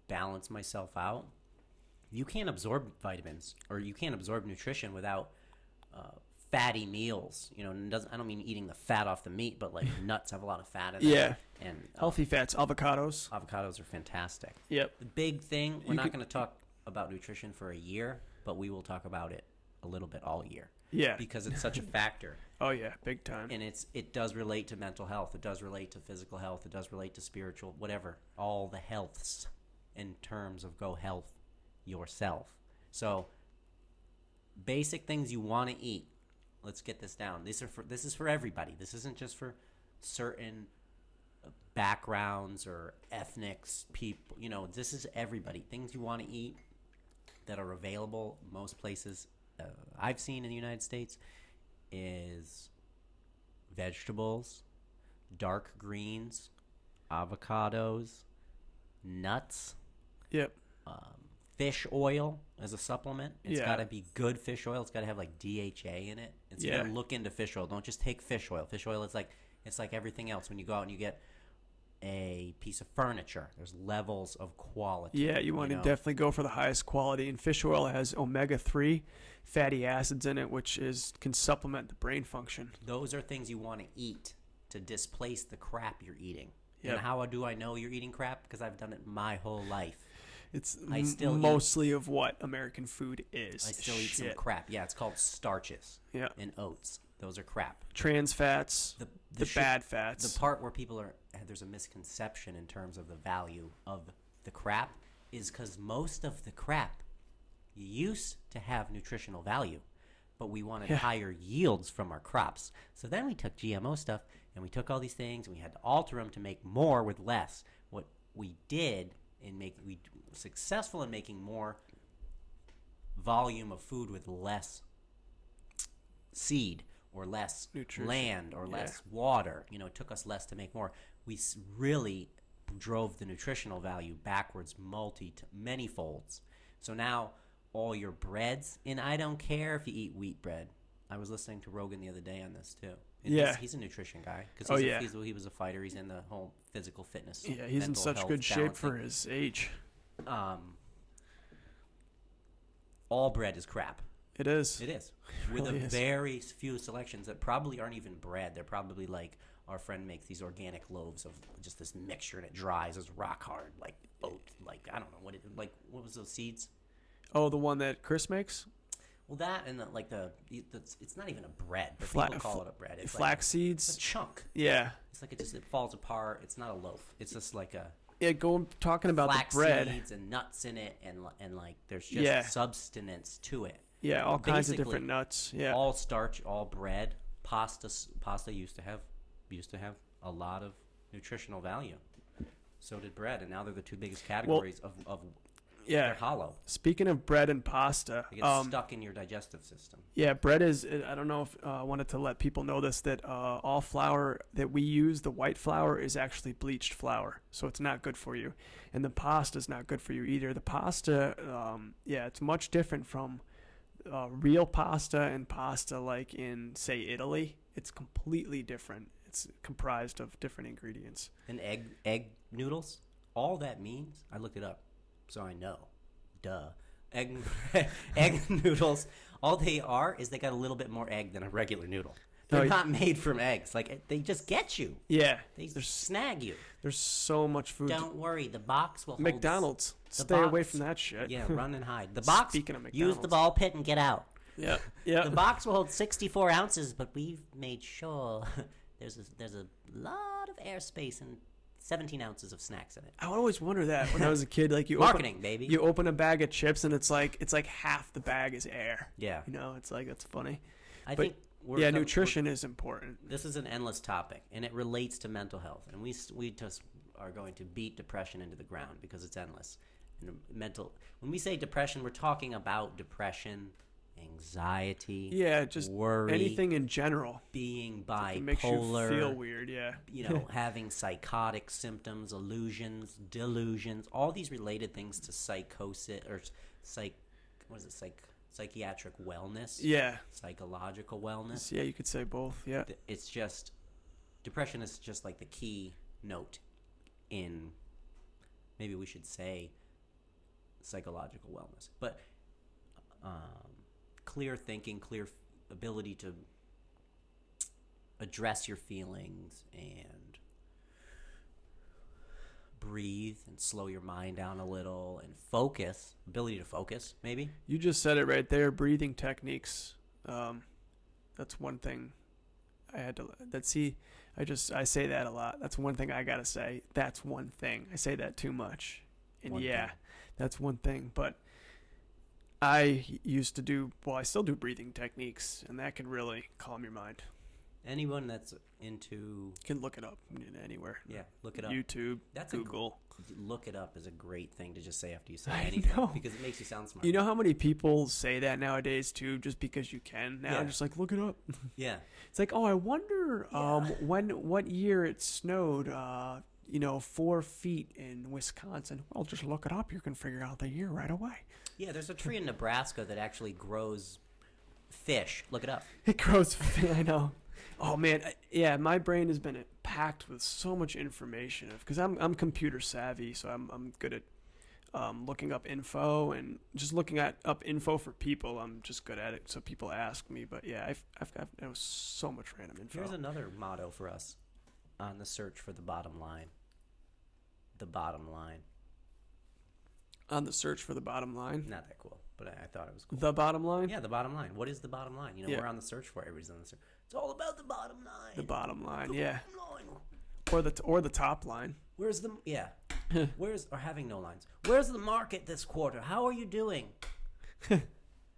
Speaker 2: balance myself out. You can't absorb vitamins or you can't absorb nutrition without uh, fatty meals. You know, and it doesn't I don't mean eating the fat off the meat, but like nuts have a lot of fat in them.
Speaker 1: Yeah.
Speaker 2: And uh,
Speaker 1: Healthy fats, avocados.
Speaker 2: avocados are fantastic
Speaker 1: Yep.
Speaker 2: the big thing we're
Speaker 1: You
Speaker 2: not
Speaker 1: could-
Speaker 2: going to talk about nutrition for a year but we will talk about it a little bit all year
Speaker 1: Yeah.
Speaker 2: because it's such a factor
Speaker 1: Oh yeah, big time.
Speaker 2: and it's it does relate to mental health it does relate to physical health it does relate to spiritual whatever all the healths in terms of go health yourself so basic things you want to eat let's get this down these are for this is for everybody this isn't just for certain backgrounds or ethnics, people. You know, this is everybody. Things you want to eat that are available most places uh, I've seen in the United States is vegetables, dark greens, avocados, nuts,
Speaker 1: Yep.
Speaker 2: um, fish oil as a supplement. It's
Speaker 1: Yeah.
Speaker 2: got to be good fish oil. It's got to have like DHA in it. It's you gotta
Speaker 1: Yeah.
Speaker 2: look into fish oil. Don't just take fish oil. Fish oil is like it's like everything else. When you go out and you get a piece of furniture, there's levels of quality.
Speaker 1: Yeah, you want
Speaker 2: know?
Speaker 1: to definitely go for the highest quality. And fish oil has omega three fatty acids in it, which is can supplement the brain function.
Speaker 2: Those are things you want to eat to displace the crap you're eating.
Speaker 1: Yep.
Speaker 2: And how do I know you're eating crap? Because I've done it my whole life.
Speaker 1: It's
Speaker 2: I
Speaker 1: m-
Speaker 2: still eat-
Speaker 1: mostly of what American food is.
Speaker 2: I still eat some
Speaker 1: Shit.
Speaker 2: crap. Yeah, it's called starches
Speaker 1: Yeah,
Speaker 2: and oats. Those are crap.
Speaker 1: trans fats,
Speaker 2: The,
Speaker 1: the,
Speaker 2: shit-
Speaker 1: bad fats.
Speaker 2: The part where people are there's a misconception in terms of the value of the crap is because most of the crap used to have nutritional value, but we wanted
Speaker 1: Yeah.
Speaker 2: higher yields from our crops. So then we took GMO stuff and we took all these things and we had to alter them to make more with less. What we did in make we were successful in making more volume of food with less seed or less
Speaker 1: Nutrition.
Speaker 2: land or
Speaker 1: Yeah.
Speaker 2: less water. You know, it took us less to make more. We s- really drove the nutritional value backwards multi t- many folds. So now all your breads, and I don't care if you eat wheat bread. I was listening to Rogan the other day on this too. And
Speaker 1: Yeah.
Speaker 2: he's, he's a nutrition guy because
Speaker 1: Oh,
Speaker 2: he's, a-
Speaker 1: yeah.
Speaker 2: he's a- he was a fighter. He's in the whole physical fitness.
Speaker 1: yeah, he's in
Speaker 2: mental
Speaker 1: such
Speaker 2: health
Speaker 1: good shape
Speaker 2: balancing
Speaker 1: for his age.
Speaker 2: um, all bread is crap.
Speaker 1: It is.
Speaker 2: It is. With
Speaker 1: really
Speaker 2: a
Speaker 1: is.
Speaker 2: very few selections that probably aren't even bread. They're probably like our friend makes these organic loaves of just this mixture and it dries as rock hard, like oat, like I don't know what it like. What was those seeds?
Speaker 1: Oh, the one that Chris makes,
Speaker 2: Well, that and the, like the it's, it's not even a bread, but
Speaker 1: Fla-
Speaker 2: people call
Speaker 1: fl-
Speaker 2: it a bread. It's
Speaker 1: flax
Speaker 2: like a
Speaker 1: seeds.
Speaker 2: chunk.
Speaker 1: Yeah,
Speaker 2: It's like it just it falls apart. It's not a loaf. It's just like a
Speaker 1: yeah. Going talking about
Speaker 2: flax
Speaker 1: the bread.
Speaker 2: seeds and nuts in it, and and like there's just
Speaker 1: Yeah.
Speaker 2: substance to it.
Speaker 1: Yeah, all kinds of
Speaker 2: Basically,
Speaker 1: different nuts. Yeah,
Speaker 2: all starch, all bread, pasta. s- Pasta used to have used to have a lot of nutritional value. So did bread, and now they're the two biggest categories of, of
Speaker 1: yeah.
Speaker 2: they're hollow.
Speaker 1: Speaking of bread and pasta,
Speaker 2: They get
Speaker 1: um,
Speaker 2: stuck in your digestive system.
Speaker 1: Yeah, bread is. I don't know if uh, I wanted to let people know this that uh, all flour that we use, the white flour, is actually bleached flour, so it's not good for you, and the pasta is not good for you either. The pasta, um, yeah, it's much different from uh, real pasta and pasta like in say Italy. It's completely different. It's comprised of different ingredients.
Speaker 2: And egg egg noodles, all that means. I looked it up, so I know. Duh. Egg egg noodles. All they are is they got a little bit more egg than a regular noodle. They're
Speaker 1: No, y-
Speaker 2: not made from eggs. Like it- they just get you.
Speaker 1: Yeah,
Speaker 2: They
Speaker 1: there's
Speaker 2: snag you.
Speaker 1: there's so much food.
Speaker 2: Don't worry, the box will hold. s-
Speaker 1: McDonald's,
Speaker 2: the
Speaker 1: stay away
Speaker 2: box-
Speaker 1: from that shit.
Speaker 2: Yeah, run and hide. The box.
Speaker 1: Speaking of
Speaker 2: use the
Speaker 1: McDonald's.
Speaker 2: ball pit and get out.
Speaker 1: yeah, yeah.
Speaker 2: The box will hold 64 ounces, but we've made sure there's a, there's a lot of airspace and 17 ounces of snacks in it.
Speaker 1: I would always wonder that when I was a kid. Like you,
Speaker 2: Marketing,
Speaker 1: open,
Speaker 2: baby.
Speaker 1: You open a bag of chips and it's like it's like half the bag is air.
Speaker 2: Yeah,
Speaker 1: You know, it's like that's funny.
Speaker 2: I
Speaker 1: but-
Speaker 2: think we're
Speaker 1: yeah,
Speaker 2: com- we're-
Speaker 1: nutrition is important.
Speaker 2: this is an endless topic, and it relates to mental health, and we s- we just are going to beat depression into the ground because it's endless. And mental. When we say depression, we're talking about depression, anxiety.
Speaker 1: Yeah, just
Speaker 2: worry.
Speaker 1: anything in general.
Speaker 2: being
Speaker 1: It makes
Speaker 2: bipolar,
Speaker 1: you
Speaker 2: you,
Speaker 1: feel weird. Yeah,
Speaker 2: know, having psychotic symptoms, illusions, delusions, all these related things to psychosis or psych, what is it, psych, psychiatric wellness,
Speaker 1: yeah,
Speaker 2: psychological wellness.
Speaker 1: It's- yeah. You could say both. Yeah,
Speaker 2: Th- It's just depression is just like the key note in maybe we should say psychological wellness, but um, clear thinking, clear f- ability to address your feelings and breathe and slow your mind down a little and focus ability to focus maybe
Speaker 1: you just said it right there. Breathing techniques. Um, that's one thing. I had to. That see, I just I say that a lot. That's one thing I gotta say. That's one thing. I say that too much, and
Speaker 2: One
Speaker 1: yeah,
Speaker 2: thing.
Speaker 1: that's one thing. But I used to do well. I still do breathing techniques, and that can really calm your mind.
Speaker 2: anyone that's into
Speaker 1: You can look it up you know, anywhere.
Speaker 2: yeah, look it up.
Speaker 1: YouTube,
Speaker 2: That's a gr-
Speaker 1: Google.
Speaker 2: look it up is a great thing to just say after you say
Speaker 1: I
Speaker 2: anything
Speaker 1: know.
Speaker 2: because it makes you sound smart.
Speaker 1: You know how many people say that nowadays too, just because you can now.
Speaker 2: Yeah.
Speaker 1: Just like look it up.
Speaker 2: Yeah.
Speaker 1: It's like, oh, I wonder um,
Speaker 2: Yeah.
Speaker 1: when what year it snowed. Uh, you know, four feet in Wisconsin. Well, just look it up. You can figure out the year right away.
Speaker 2: Yeah, there's a tree in Nebraska that actually grows fish. Look it up.
Speaker 1: It grows. I know. Oh man, I- yeah. My brain has been packed with so much information because I'm I'm computer savvy, so I'm I'm good at um, looking up info and just looking at up info for people. I'm just good at it, so people ask me. But yeah, I've I've got there was so much random info.
Speaker 2: Here's another motto for us on the search for the bottom line. The bottom line.
Speaker 1: On the search for the bottom line,
Speaker 2: Not that cool, but I, I thought it was cool.
Speaker 1: the bottom line,
Speaker 2: Yeah, the bottom line. What is the bottom line? You know,
Speaker 1: Yeah.
Speaker 2: we're on the search for it. everybody's on the search. It's all about the bottom line.
Speaker 1: the bottom line,
Speaker 2: The
Speaker 1: yeah,
Speaker 2: bottom line.
Speaker 1: or the t- or the top line.
Speaker 2: Where's the yeah? Where's or having no lines? Where's the market this quarter? How are you doing?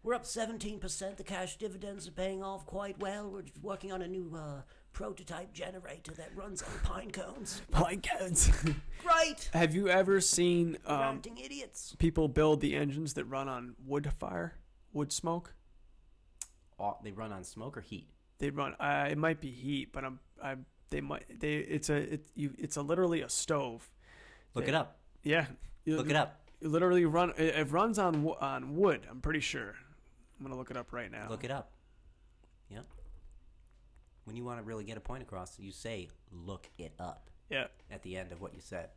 Speaker 2: We're up 17%. The cash dividends are paying off quite well. We're working on a new uh, prototype generator that runs on pine cones.
Speaker 1: My gods.
Speaker 2: Right!
Speaker 1: Have you ever seen um,
Speaker 2: Ranting idiots.
Speaker 1: people build the engines that run on wood fire, wood smoke?
Speaker 2: Oh, they run on smoke or heat.
Speaker 1: they run uh, it might be heat but i'm i they might they it's a it, you it's a literally a stove
Speaker 2: Look it up.
Speaker 1: yeah You-
Speaker 2: Look it up.
Speaker 1: you literally run it, it runs on wo- on wood i'm pretty sure i'm gonna look it up right now
Speaker 2: Look it up. Yep. When you want to really get a point across, you say, look it up.
Speaker 1: yeah
Speaker 2: at the end of what you said,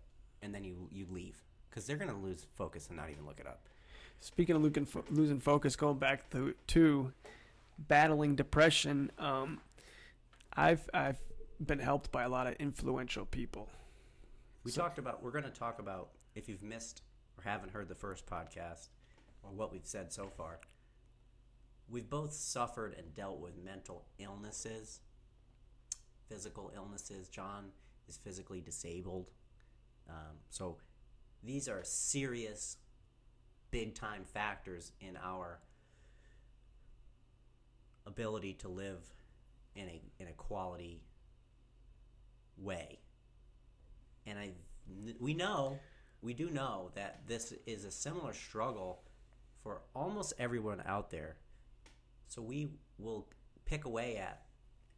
Speaker 2: and then you you leave because they're gonna lose focus and not even look it up.
Speaker 1: speaking of looking fo- losing focus going back to, to battling depression um i've i've been helped by a lot of influential people
Speaker 2: We talked about we're gonna talk about if you've missed or haven't heard the first podcast or what we've said so far. We've both suffered and dealt with mental illnesses, physical illnesses. John is physically disabled, um, so these are serious, big time factors in our ability to live in a in a quality way. And I we know, we do know that this is a similar struggle for almost everyone out there. So we will pick away at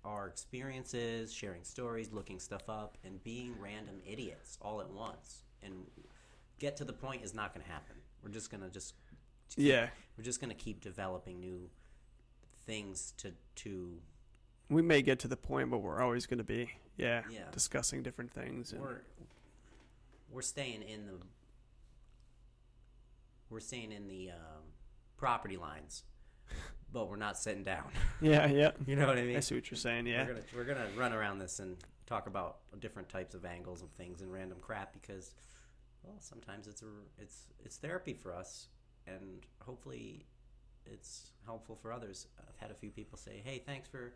Speaker 2: our experiences, sharing stories, looking stuff up, and being random idiots all at once. And get to the point is not going to happen. We're just going to just
Speaker 1: yeah
Speaker 2: we're just going to keep developing new things to to
Speaker 1: we may get to the point but we're always gonna be yeah,
Speaker 2: Yeah.
Speaker 1: discussing different things and
Speaker 2: we're we're staying in the we're staying in the um, property lines, but we're not sitting down.
Speaker 1: yeah yeah
Speaker 2: You know what I
Speaker 1: i
Speaker 2: mean?
Speaker 1: see what you're saying yeah
Speaker 2: We're gonna we're gonna run around this and talk about different types of angles of things and random crap because well sometimes it's a, it's it's therapy for us and hopefully it's helpful for others. I've had a few people say, "Hey, thanks for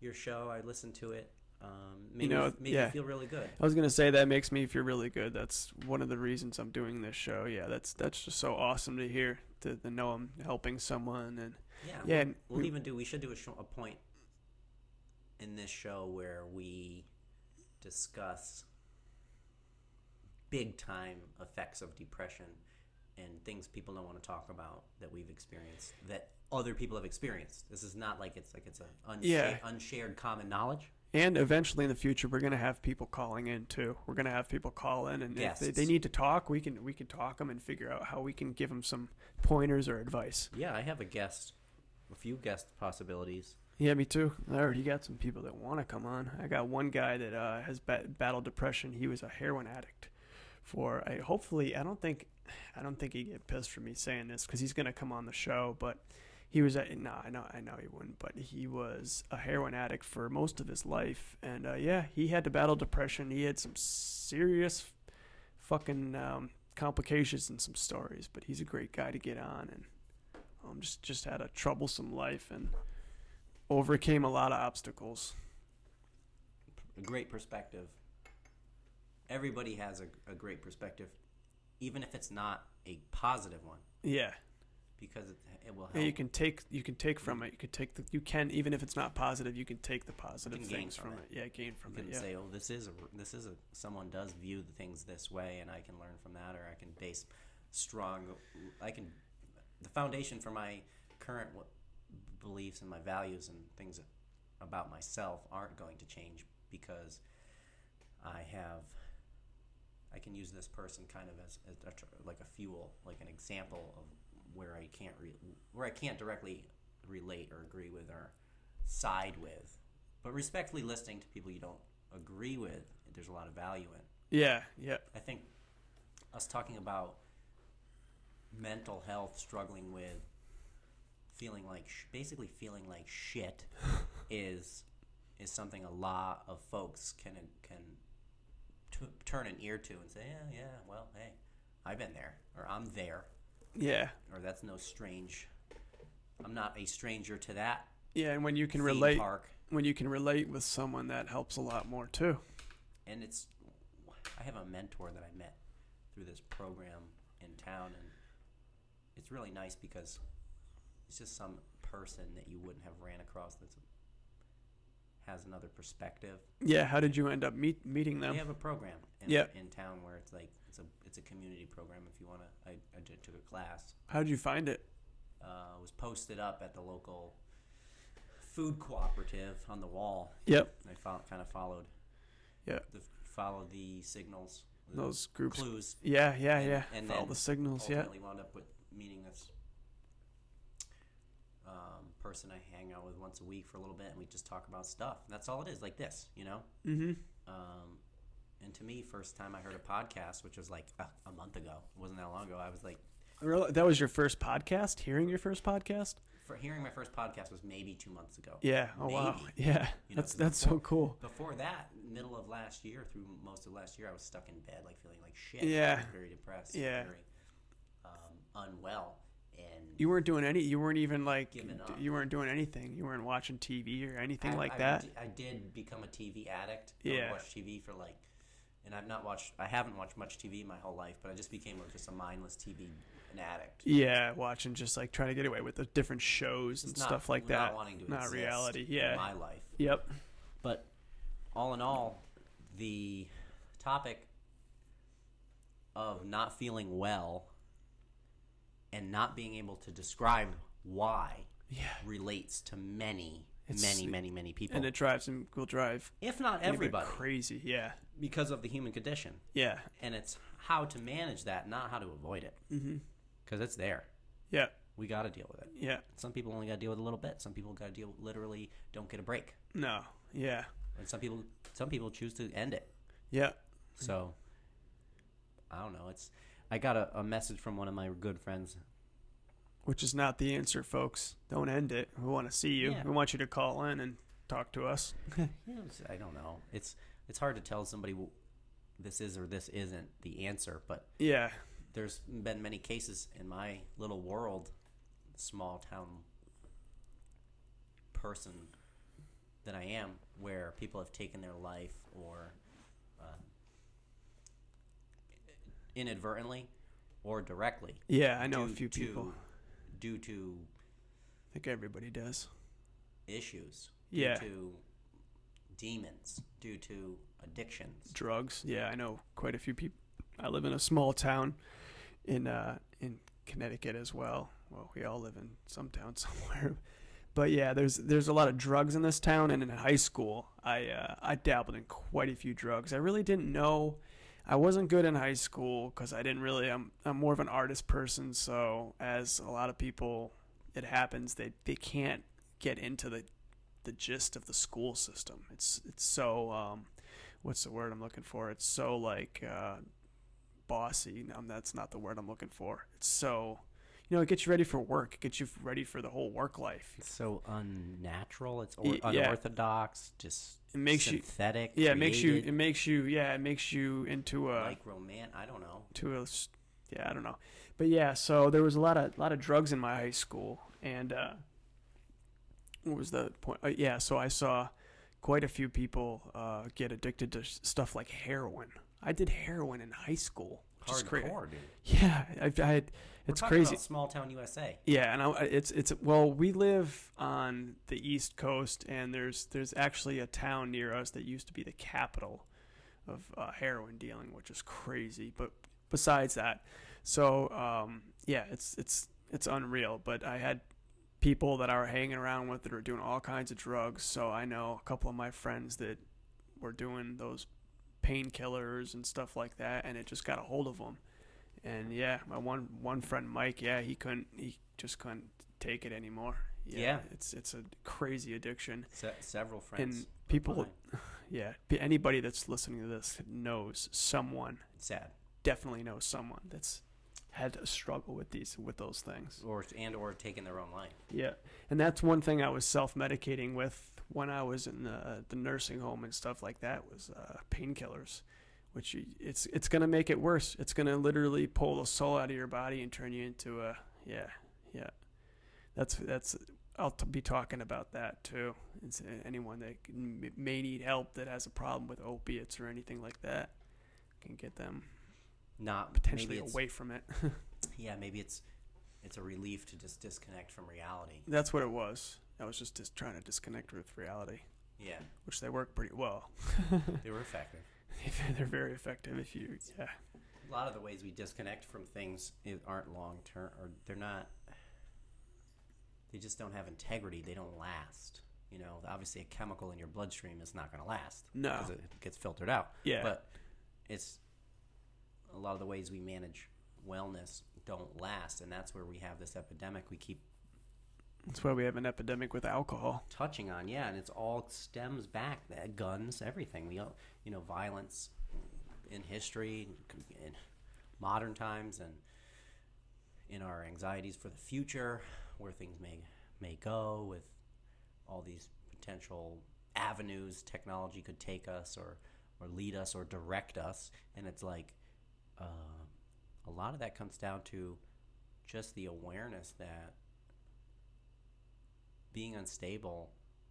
Speaker 2: your show. I listened to it. Um, made me-
Speaker 1: know,
Speaker 2: made
Speaker 1: yeah.
Speaker 2: me feel really good."
Speaker 1: I was gonna say that makes me feel really good. That's one of the reasons I'm doing this show. Yeah, that's that's just so awesome to hear to, to know I'm helping someone and
Speaker 2: Yeah.
Speaker 1: yeah, and
Speaker 2: We'll
Speaker 1: we-
Speaker 2: even do. We should do a, sh- a point in this show where we discuss big time effects of depression and things people don't want to talk about that we've experienced that other people have experienced. This is not like it's like it's a unsha-
Speaker 1: Yeah.
Speaker 2: unshared common knowledge.
Speaker 1: and eventually in the future we're gonna have people calling in too. We're gonna have people call in and if they,
Speaker 2: Guests.
Speaker 1: they need to talk, we can we can talk them and figure out how we can give them some pointers or advice.
Speaker 2: Yeah, I have a guest, a few guest possibilities.
Speaker 1: Yeah, me too. I already got some people that want to come on. I got one guy that uh, has bat- battled depression. He was a heroin addict. For I hopefully, I don't think, I don't think he'd get pissed for me saying this because he's gonna come on the show. But he was at no, I know, I know he wouldn't. But he was a heroin addict for most of his life, and uh, yeah, he had to battle depression. He had some serious fucking um, complications and some stories. But he's a great guy to get on, and um, just just had a troublesome life and overcame a lot of obstacles.
Speaker 2: a great perspective. Everybody has a, a great perspective, even if it's not a positive one.
Speaker 1: Yeah.
Speaker 2: because it, it will help.
Speaker 1: And you can take you can take from it. You can take the you can even if it's not positive, you can take the positive
Speaker 2: gain
Speaker 1: things
Speaker 2: from
Speaker 1: from
Speaker 2: it.
Speaker 1: it. Yeah, gain
Speaker 2: you
Speaker 1: from it.
Speaker 2: can
Speaker 1: Yeah.
Speaker 2: say, oh, this is a this is a someone does view the things this way, and I can learn from that, or I can base strong. I can the foundation for my current w- beliefs and my values and things about myself aren't going to change because I have. I can use this person kind of as, as a, tr- like a fuel, like an example of where I can't re- where I can't directly relate or agree with or side with, but respectfully listening to people you don't agree with, there's a lot of value in.
Speaker 1: yeah, yeah.
Speaker 2: I think us talking about mental health, struggling with feeling like sh- basically feeling like shit, is is something a lot of folks can can t- turn an ear to and say, yeah, yeah, well, hey, I've been there, or I'm there,
Speaker 1: Yeah.
Speaker 2: or that's no strange. I'm not a stranger to that.
Speaker 1: Yeah, and when you can
Speaker 2: theme
Speaker 1: relate
Speaker 2: Park.
Speaker 1: when you can relate with someone that helps a lot more too.
Speaker 2: and it's I have a mentor that I met through this program in town, and it's really nice because it's just some person that you wouldn't have ran across that has another perspective.
Speaker 1: Yeah, how did you end up meet, meeting
Speaker 2: They
Speaker 1: them?
Speaker 2: have a program in,
Speaker 1: Yeah.
Speaker 2: in town where it's like it's a it's a community program. If you want to, I, I did- took a class.
Speaker 1: How did you find it?
Speaker 2: Uh, it was posted up at the local food cooperative on the wall.
Speaker 1: Yep.
Speaker 2: I fo- kind of followed.
Speaker 1: Yeah.
Speaker 2: The, followed the signals. the
Speaker 1: Those groups.
Speaker 2: clues
Speaker 1: Yeah, yeah,
Speaker 2: And-
Speaker 1: yeah.
Speaker 2: and
Speaker 1: Follow
Speaker 2: then
Speaker 1: the signals, yeah.
Speaker 2: ultimately wound up with meeting this um, person I hang out with once a week for a little bit, and we just talk about stuff. That's all it is, like this, you know.
Speaker 1: Mhm.
Speaker 2: Um, and to me, first time I heard a podcast, which was like uh, a, a month ago, it wasn't that long ago. I was like,
Speaker 1: Really? That was your first podcast? Hearing your first podcast?
Speaker 2: for hearing my first podcast was maybe two months ago.
Speaker 1: Yeah. Oh wow.
Speaker 2: Maybe.
Speaker 1: Yeah.
Speaker 2: You know,
Speaker 1: that's
Speaker 2: 'cause
Speaker 1: that's so
Speaker 2: before-
Speaker 1: cool.
Speaker 2: Before that, middle of last year through most of last year, I was stuck in bed, like feeling like shit.
Speaker 1: Yeah.
Speaker 2: very depressed.
Speaker 1: Yeah.
Speaker 2: very um, unwell. And
Speaker 1: You weren't doing any you weren't even like
Speaker 2: Giving up.
Speaker 1: you weren't doing anything. You weren't watching TV or anything
Speaker 2: I-
Speaker 1: like
Speaker 2: I
Speaker 1: that.
Speaker 2: d- I did become a TV addict. I
Speaker 1: Yeah.
Speaker 2: watched TV for like, and I've not watched. I haven't watched much TV my whole life, but I just became a- just a mindless TV an addict.
Speaker 1: Yeah, watching just like trying to get away with the different shows and
Speaker 2: Just not-
Speaker 1: stuff like that.
Speaker 2: Not wanting to
Speaker 1: not
Speaker 2: exist
Speaker 1: reality.
Speaker 2: in
Speaker 1: Yeah.
Speaker 2: my life.
Speaker 1: Yep.
Speaker 2: But all in all, the topic of not feeling well and not being able to describe why
Speaker 1: Yeah.
Speaker 2: relates to many,
Speaker 1: It's-
Speaker 2: many, many, many people,
Speaker 1: And it drives him will drive
Speaker 2: if not
Speaker 1: people
Speaker 2: everybody,
Speaker 1: crazy. Yeah.
Speaker 2: because of the human condition.
Speaker 1: Yeah.
Speaker 2: and it's how to manage that, not how to avoid it,
Speaker 1: Mm-hmm.
Speaker 2: because it's there.
Speaker 1: Yeah.
Speaker 2: We got to deal with it.
Speaker 1: Yeah.
Speaker 2: Some people only got to deal with a little bit. Some people got to deal literally don't get a break,
Speaker 1: No. Yeah.
Speaker 2: and some people some people choose to end it.
Speaker 1: Yeah.
Speaker 2: So I don't know. It's I got a, a message from one of my good friends.
Speaker 1: Which is not the answer, folks. Don't end it. We want to see you.
Speaker 2: Yeah.
Speaker 1: We want you to call in and talk to us.
Speaker 2: You know, it's- I don't know. It's it's hard to tell somebody well, this is or this isn't the answer, but
Speaker 1: Yeah.
Speaker 2: there's been many cases in my little world, small town person that I am, where people have taken their life or uh, inadvertently or directly.
Speaker 1: Yeah. I know a
Speaker 2: due
Speaker 1: few
Speaker 2: to-
Speaker 1: people.
Speaker 2: due to
Speaker 1: I think everybody does.
Speaker 2: issues,
Speaker 1: Yeah.
Speaker 2: due to demons, due to addictions.
Speaker 1: drugs. Yeah, I know quite a few people. I live in a small town in uh, in Connecticut as well. Well, we all live in some town somewhere, but yeah, there's there's a lot of drugs in this town. And in high school, I uh, I dabbled in quite a few drugs. I really didn't know. I wasn't good in high school because I didn't really. I'm I'm more of an artist person, so as a lot of people, it happens they they can't get into the the gist of the school system. It's it's so um, what's the word I'm looking for? It's so like uh, bossy. No, that's not the word I'm looking for. It's so, you know, it gets you ready for work. It gets you ready for the whole work life.
Speaker 2: It's so unnatural. It's or-
Speaker 1: Y- yeah.
Speaker 2: unorthodox. Just
Speaker 1: It makes you-
Speaker 2: synthetic.
Speaker 1: Yeah, it makes you.
Speaker 2: created.
Speaker 1: It makes you. Yeah, it makes you into a
Speaker 2: like roman I don't know.
Speaker 1: to a. s- Yeah, I don't know, but yeah. So there was a lot of lot of drugs in my high school, and uh, what was the point? Uh, yeah, so I saw quite a few people uh, get addicted to s- stuff like heroin. I did heroin in high school. just crazy.
Speaker 2: hardcore, dude.
Speaker 1: Yeah, I, I had,
Speaker 2: We're
Speaker 1: it's
Speaker 2: talking
Speaker 1: crazy.
Speaker 2: About small town USA.
Speaker 1: Yeah, and I, it's it's well, we live on the East Coast, and there's there's actually a town near us that used to be the capital of uh, heroin dealing, which is crazy. But besides that, so um, yeah, it's it's it's unreal. But I had people that I were hanging around with that are doing all kinds of drugs. So I know a couple of my friends that were doing those painkillers and stuff like that, and it just got a hold of them. And yeah, my one one friend Mike, yeah, he couldn't, he just couldn't take it anymore.
Speaker 2: Yeah.
Speaker 1: it's it's a crazy addiction,
Speaker 2: Se- several friends.
Speaker 1: and
Speaker 2: of
Speaker 1: people,
Speaker 2: mine.
Speaker 1: yeah, p- anybody that's listening to this knows someone,
Speaker 2: It's sad,
Speaker 1: definitely knows someone that's had a struggle with these with those things.
Speaker 2: or and or taking their own life.
Speaker 1: Yeah, and that's one thing I was self-medicating with when I was in the, the nursing home and stuff like that was uh, painkillers, which you, it's it's gonna make it worse. It's gonna literally pull the soul out of your body and turn you into a yeah yeah. That's that's I'll t- be talking about that too. It's uh, anyone that can- may need help that has a problem with opiates or anything like that can get them
Speaker 2: Not
Speaker 1: potentially
Speaker 2: maybe it's-
Speaker 1: away from it.
Speaker 2: Yeah, maybe it's it's a relief to just disconnect from reality.
Speaker 1: that's what it was. I was just, just trying to disconnect with reality.
Speaker 2: Yeah,
Speaker 1: which they work pretty well.
Speaker 2: they were effective.
Speaker 1: They're very effective if you, yeah,
Speaker 2: A lot of the ways we disconnect from things i- aren't long term, or they're not. They just don't have integrity. They don't last. You know, obviously, a chemical in your bloodstream is not going to last
Speaker 1: No.
Speaker 2: because it gets filtered out.
Speaker 1: yeah,
Speaker 2: But it's a lot of the ways we manage wellness don't last, and that's where we have this epidemic. We keep
Speaker 1: that's why we have an epidemic with alcohol.
Speaker 2: touching on yeah and it's all stems back that guns everything we all you know violence in history in modern times and in our anxieties for the future where things may may go with all these potential avenues technology could take us or or lead us or direct us and it's like uh, a lot of that comes down to just the awareness that being unstable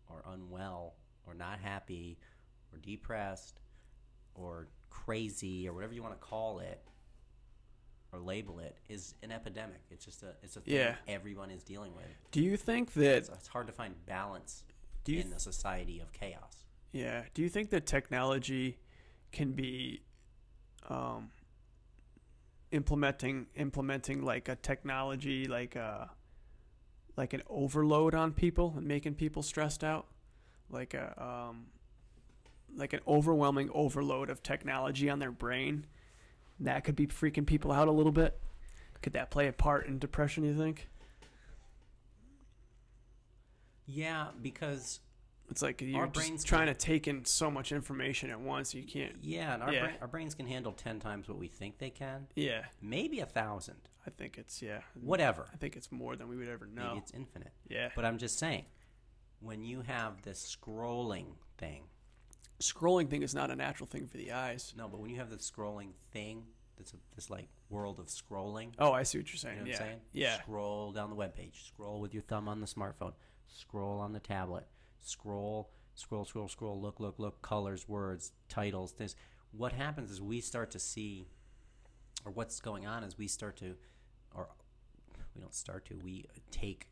Speaker 2: or unwell or not happy or depressed or crazy or whatever you want to call it or label it is an epidemic. It's just a it's a thing
Speaker 1: Yeah.
Speaker 2: everyone is dealing with.
Speaker 1: Do you think that?
Speaker 2: It's, it's hard to find balance
Speaker 1: Do you
Speaker 2: in the society of chaos.
Speaker 1: Yeah. Do you think that technology can be um, implementing implementing like a technology like a like an overload on people and making people stressed out, like a um, like an overwhelming overload of technology on their brain? That could be freaking people out a little bit. Could that play a part in depression? You think?
Speaker 2: Yeah, because
Speaker 1: It's like you're
Speaker 2: brains
Speaker 1: just trying to take in so much information at once. You can't.
Speaker 2: yeah, and our,
Speaker 1: Yeah.
Speaker 2: Brain, our brains can handle 10 times what we think they can.
Speaker 1: Yeah,
Speaker 2: Maybe a thousand.
Speaker 1: I think it's yeah.
Speaker 2: Whatever.
Speaker 1: I think it's more than we would ever
Speaker 2: Maybe
Speaker 1: know.
Speaker 2: it's infinite.
Speaker 1: Yeah.
Speaker 2: But I'm just saying, when you have this scrolling thing,
Speaker 1: Scrolling thing is not a natural thing for the eyes.
Speaker 2: no, but when you have this scrolling thing, this this like world of scrolling.
Speaker 1: Oh, I see what you're
Speaker 2: You
Speaker 1: saying.
Speaker 2: know what
Speaker 1: yeah.
Speaker 2: I'm saying?
Speaker 1: Yeah.
Speaker 2: Scroll down the webpage. Scroll with your thumb on the smartphone. Scroll on the tablet. Scroll, scroll, scroll, scroll. Look, look, look. Colors, words, titles. This. What happens is we start to see, or what's going on is we start to, or we don't start to. We take.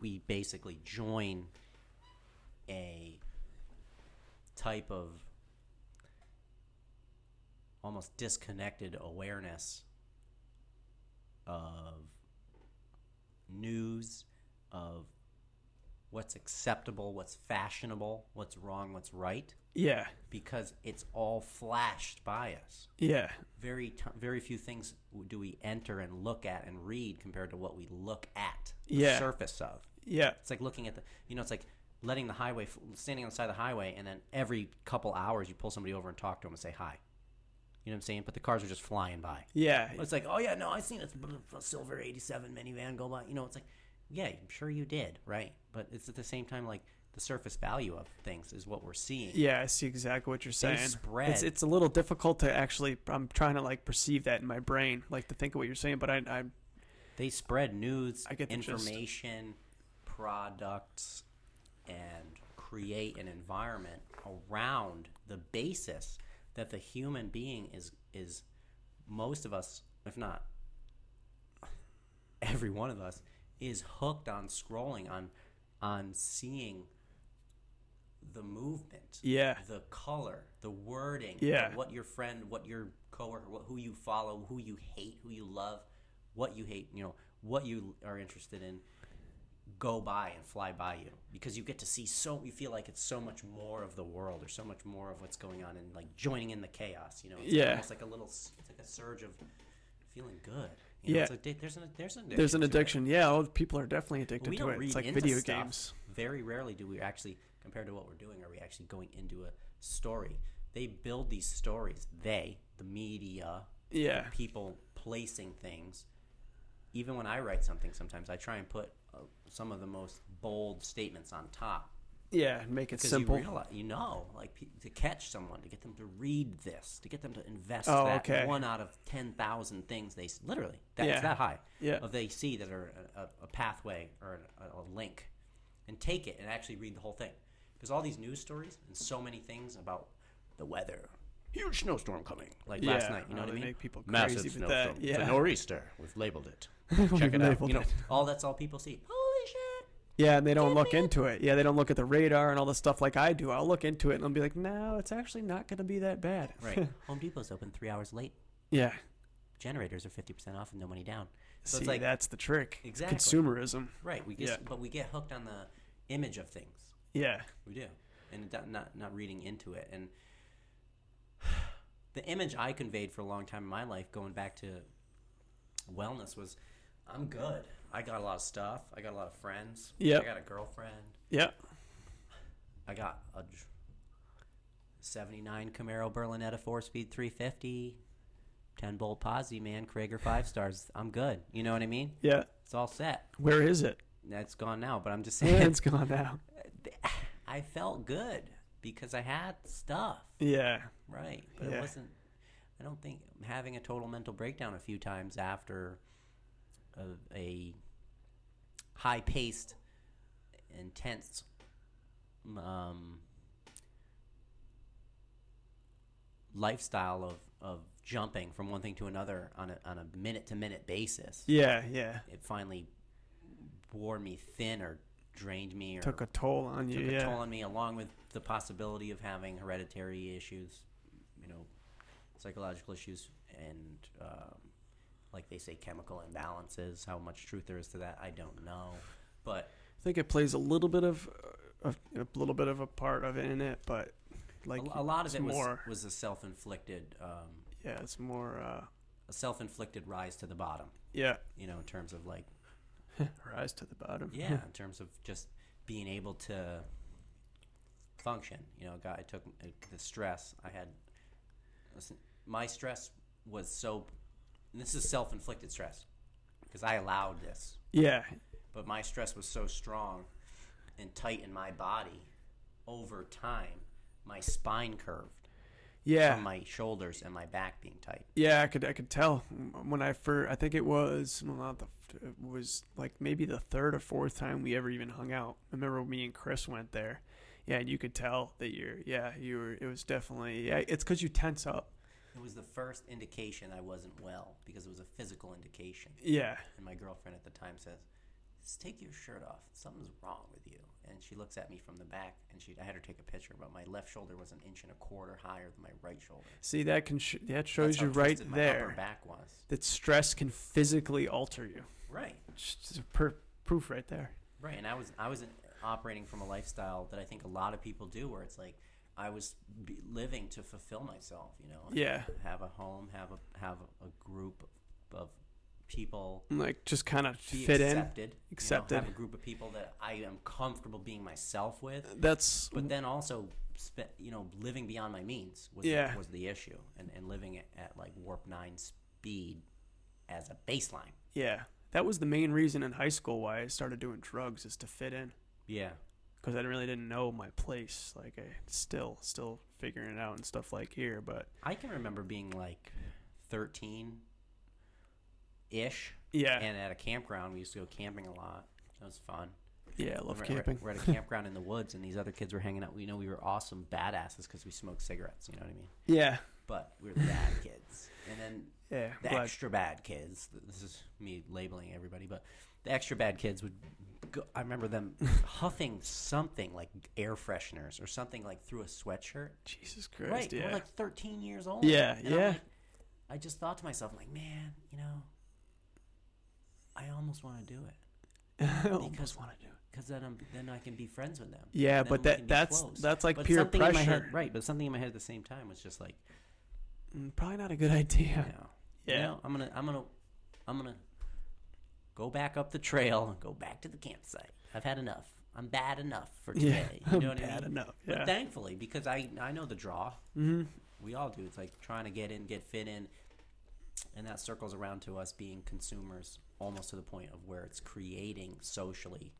Speaker 2: We basically join a type of almost disconnected awareness of news, of what's acceptable, what's fashionable, what's wrong, what's right,
Speaker 1: Yeah.
Speaker 2: because it's all flashed by us.
Speaker 1: Yeah.
Speaker 2: Very, t- very few things w- do we enter and look at and read compared to what we look at the
Speaker 1: Yeah.
Speaker 2: surface of.
Speaker 1: Yeah.
Speaker 2: It's like looking at the, you know, it's like letting the highway, f- standing on the side of the highway, and then every couple hours you pull somebody over and talk to them and say hi. You know what I'm saying? But the cars are just flying by.
Speaker 1: Yeah.
Speaker 2: It's like, oh yeah, no, I seen a s- a silver '87 minivan go by. You know, it's like, yeah, I'm sure you did, right? But it's at the same time like the surface value of things is what we're seeing.
Speaker 1: Yeah, I see exactly what you're saying.
Speaker 2: spread.
Speaker 1: It's it's a little difficult to actually. I'm trying to like perceive that in my brain, like to think of what you're saying, but I I
Speaker 2: They spread news,
Speaker 1: I get the gist.
Speaker 2: information, products, and create an environment around the basis that the human being is is most of us, if not every one of us, is hooked on scrolling on on seeing the movement,
Speaker 1: Yeah.
Speaker 2: the color, the wording,
Speaker 1: Yeah.
Speaker 2: what your friend, what your coworker, what, who you follow, who you hate, who you love, what you hate, you know, what you are interested in go by and fly by you because you get to see so you feel like it's so much more of the world or so much more of what's going on and like joining in the chaos you know it's
Speaker 1: Yeah.
Speaker 2: almost like a little s- it's like a surge of feeling good you know,
Speaker 1: Yeah.
Speaker 2: it's like, di- there's an there's an addiction
Speaker 1: There's an
Speaker 2: to it.
Speaker 1: addiction. Yeah, oh, people are definitely
Speaker 2: But
Speaker 1: addicted
Speaker 2: we
Speaker 1: to
Speaker 2: don't
Speaker 1: it.
Speaker 2: read
Speaker 1: It's like
Speaker 2: into
Speaker 1: video
Speaker 2: stuff.
Speaker 1: games.
Speaker 2: very rarely do we actually compared to what we're doing are we actually going into a story they build these stories they the media
Speaker 1: Yeah.
Speaker 2: people placing things. Even when I write something, sometimes I try and put uh, some of the most bold statements on top
Speaker 1: Yeah, make it
Speaker 2: because
Speaker 1: simple.
Speaker 2: you realize you know, like pe- to catch someone, to get them to read this, to get them to invest
Speaker 1: Oh,
Speaker 2: that
Speaker 1: okay.
Speaker 2: one out of ten thousand things they s- literally that's
Speaker 1: Yeah.
Speaker 2: that high
Speaker 1: Yeah.
Speaker 2: of they see that are a, a, a pathway or a, a link, and take it and actually read the whole thing because all these news stories and so many things about the weather. Huge snowstorm coming, like last
Speaker 1: Yeah.
Speaker 2: night. You know
Speaker 1: Oh,
Speaker 2: what I
Speaker 1: they
Speaker 2: mean?
Speaker 1: make people
Speaker 2: Massive
Speaker 1: crazy with that.
Speaker 2: snowstorm. It's
Speaker 1: Yeah.
Speaker 2: a nor'easter. We've labeled it. Check
Speaker 1: We've
Speaker 2: it out.
Speaker 1: labeled
Speaker 2: You know,
Speaker 1: it.
Speaker 2: all that's all people see. Holy shit!
Speaker 1: Yeah, and they don't look into it. Yeah, they don't look at the radar and all the stuff like I do. I'll look into it and I'll be like, no, it's actually not going to be that bad.
Speaker 2: Right. Home Depot's open three hours late.
Speaker 1: yeah.
Speaker 2: Generators are fifty percent off and no money down. So
Speaker 1: See,
Speaker 2: it's like
Speaker 1: that's the trick.
Speaker 2: Exactly.
Speaker 1: Consumerism.
Speaker 2: right. We get,
Speaker 1: Yeah.
Speaker 2: but we get hooked on the image of things.
Speaker 1: Yeah.
Speaker 2: We do, and not not, not reading into it. And the image I conveyed for a long time in my life, going back to wellness, was I'm good. I got a lot of stuff. I got a lot of friends.
Speaker 1: Yep.
Speaker 2: I got a girlfriend.
Speaker 1: Yeah.
Speaker 2: I got a dr- 79 Camaro Berlinetta 4 speed 350, 10 bolt posi, man, Krager 5 stars. I'm good. You know what I mean?
Speaker 1: Yeah.
Speaker 2: It's all set.
Speaker 1: Where is it?
Speaker 2: That's gone now, but I'm just
Speaker 1: Yeah,
Speaker 2: saying,
Speaker 1: it's gone now.
Speaker 2: I felt good because I had stuff,
Speaker 1: Yeah.
Speaker 2: right? But
Speaker 1: Yeah.
Speaker 2: it wasn't, I don't think having a total mental breakdown a few times after a, a high paced, intense, um, lifestyle of, of jumping from one thing to another on a, on a minute to minute basis.
Speaker 1: Yeah. Yeah.
Speaker 2: It finally wore me thin or drained me or
Speaker 1: Took a toll on you.
Speaker 2: took
Speaker 1: yeah.
Speaker 2: a toll on me, along with the possibility of having hereditary issues, you know, psychological issues, and um, like they say, chemical imbalances. How much truth there is to that, I don't know, but
Speaker 1: I think it plays a little bit of a, a little bit of a part of it in it, but like
Speaker 2: a, a lot of
Speaker 1: it's
Speaker 2: it was
Speaker 1: more.
Speaker 2: was a self-inflicted, um,
Speaker 1: Yeah, it's more. Uh,
Speaker 2: a self-inflicted rise to the bottom.
Speaker 1: yeah,
Speaker 2: You know, in terms of like,
Speaker 1: rise to the bottom.
Speaker 2: yeah, in terms of just being able to function. You know, God, I took uh, the stress I had. Listen, my stress was so. and This is self-inflicted stress, because I allowed this.
Speaker 1: yeah,
Speaker 2: But my stress was so strong and tight in my body. Over time, my spine curved
Speaker 1: yeah.
Speaker 2: from my shoulders and my back being tight.
Speaker 1: Yeah, I could I could tell when I first I think it was well, not the it was like maybe the third or fourth time we ever even hung out. I remember me and Chris went there. Yeah, and you could tell that you're yeah you were it was definitely yeah it's because you tense up.
Speaker 2: It was the first indication I wasn't well because it was a physical indication.
Speaker 1: Yeah,
Speaker 2: And my girlfriend at the time says, "Just take your shirt off. Something's wrong with you." And she looks at me from the back, and she I had her take a picture, but my left shoulder was an inch and a quarter higher than my right shoulder.
Speaker 1: see that can sh- that
Speaker 2: That's
Speaker 1: shows
Speaker 2: how
Speaker 1: you right
Speaker 2: twisted My upper
Speaker 1: there
Speaker 2: back was
Speaker 1: that stress can physically alter you.
Speaker 2: right,
Speaker 1: It's just a per- proof right there.
Speaker 2: right, and I was I was operating from a lifestyle that I think a lot of people do, where it's like I was b- living to fulfill myself, you know,
Speaker 1: Yeah,
Speaker 2: have a home, have a have a group of people.
Speaker 1: and like just kind of
Speaker 2: Be
Speaker 1: fit in.
Speaker 2: accepted, you know,
Speaker 1: Accepted.
Speaker 2: have a group of people that I am comfortable being myself with.
Speaker 1: That's
Speaker 2: but then also spe- you know living beyond my means was
Speaker 1: Yeah.
Speaker 2: was the issue and, and living at, at like warp 9 speed as a baseline
Speaker 1: yeah, that was the main reason in high school why I started doing drugs is to fit in.
Speaker 2: yeah
Speaker 1: because I really didn't know my place. Like I still still figuring it out and stuff like here, but
Speaker 2: i can remember being like 13 ish
Speaker 1: yeah,
Speaker 2: and at a campground we used to go camping a lot that was fun
Speaker 1: Yeah, I love
Speaker 2: we're,
Speaker 1: camping.
Speaker 2: We're, we're at a campground in the woods, and these other kids were hanging out. We know we were awesome badasses because we smoked cigarettes. You know what I mean?
Speaker 1: Yeah,
Speaker 2: But we were the bad kids. And then
Speaker 1: yeah.
Speaker 2: the
Speaker 1: glad-
Speaker 2: extra bad kids. This is me labeling everybody, but the extra bad kids would. Go, I remember them huffing something like air fresheners or something like through a sweatshirt.
Speaker 1: Jesus Christ.
Speaker 2: right,
Speaker 1: yeah.
Speaker 2: we're like 13 years old.
Speaker 1: Yeah,
Speaker 2: And I'm
Speaker 1: yeah.
Speaker 2: like- I just thought to myself, I'm like, man, you know, I almost want to do
Speaker 1: I
Speaker 2: it because-
Speaker 1: almost want to do it.
Speaker 2: because then I'm then I can be friends with them.
Speaker 1: Yeah,
Speaker 2: and then
Speaker 1: but
Speaker 2: we
Speaker 1: that-
Speaker 2: can be
Speaker 1: that's-
Speaker 2: close.
Speaker 1: that's like
Speaker 2: But
Speaker 1: peer
Speaker 2: something In my
Speaker 1: pressure.
Speaker 2: head, right, but something in my head at the same time was just like,
Speaker 1: Mm, Probably not a good idea.
Speaker 2: you know,
Speaker 1: Yeah.
Speaker 2: you know, I'm gonna, I'm gonna, I'm gonna go back up the trail and go back to the campsite. I've had enough. I'm bad enough for
Speaker 1: Yeah,
Speaker 2: today. You know
Speaker 1: I'm
Speaker 2: what I
Speaker 1: bad
Speaker 2: mean?
Speaker 1: enough, yeah.
Speaker 2: But thankfully, because I I know the draw.
Speaker 1: hmm
Speaker 2: We all do. It's like trying to get in, get fit in, and that circles around to us being consumers, almost to the point of where it's creating socially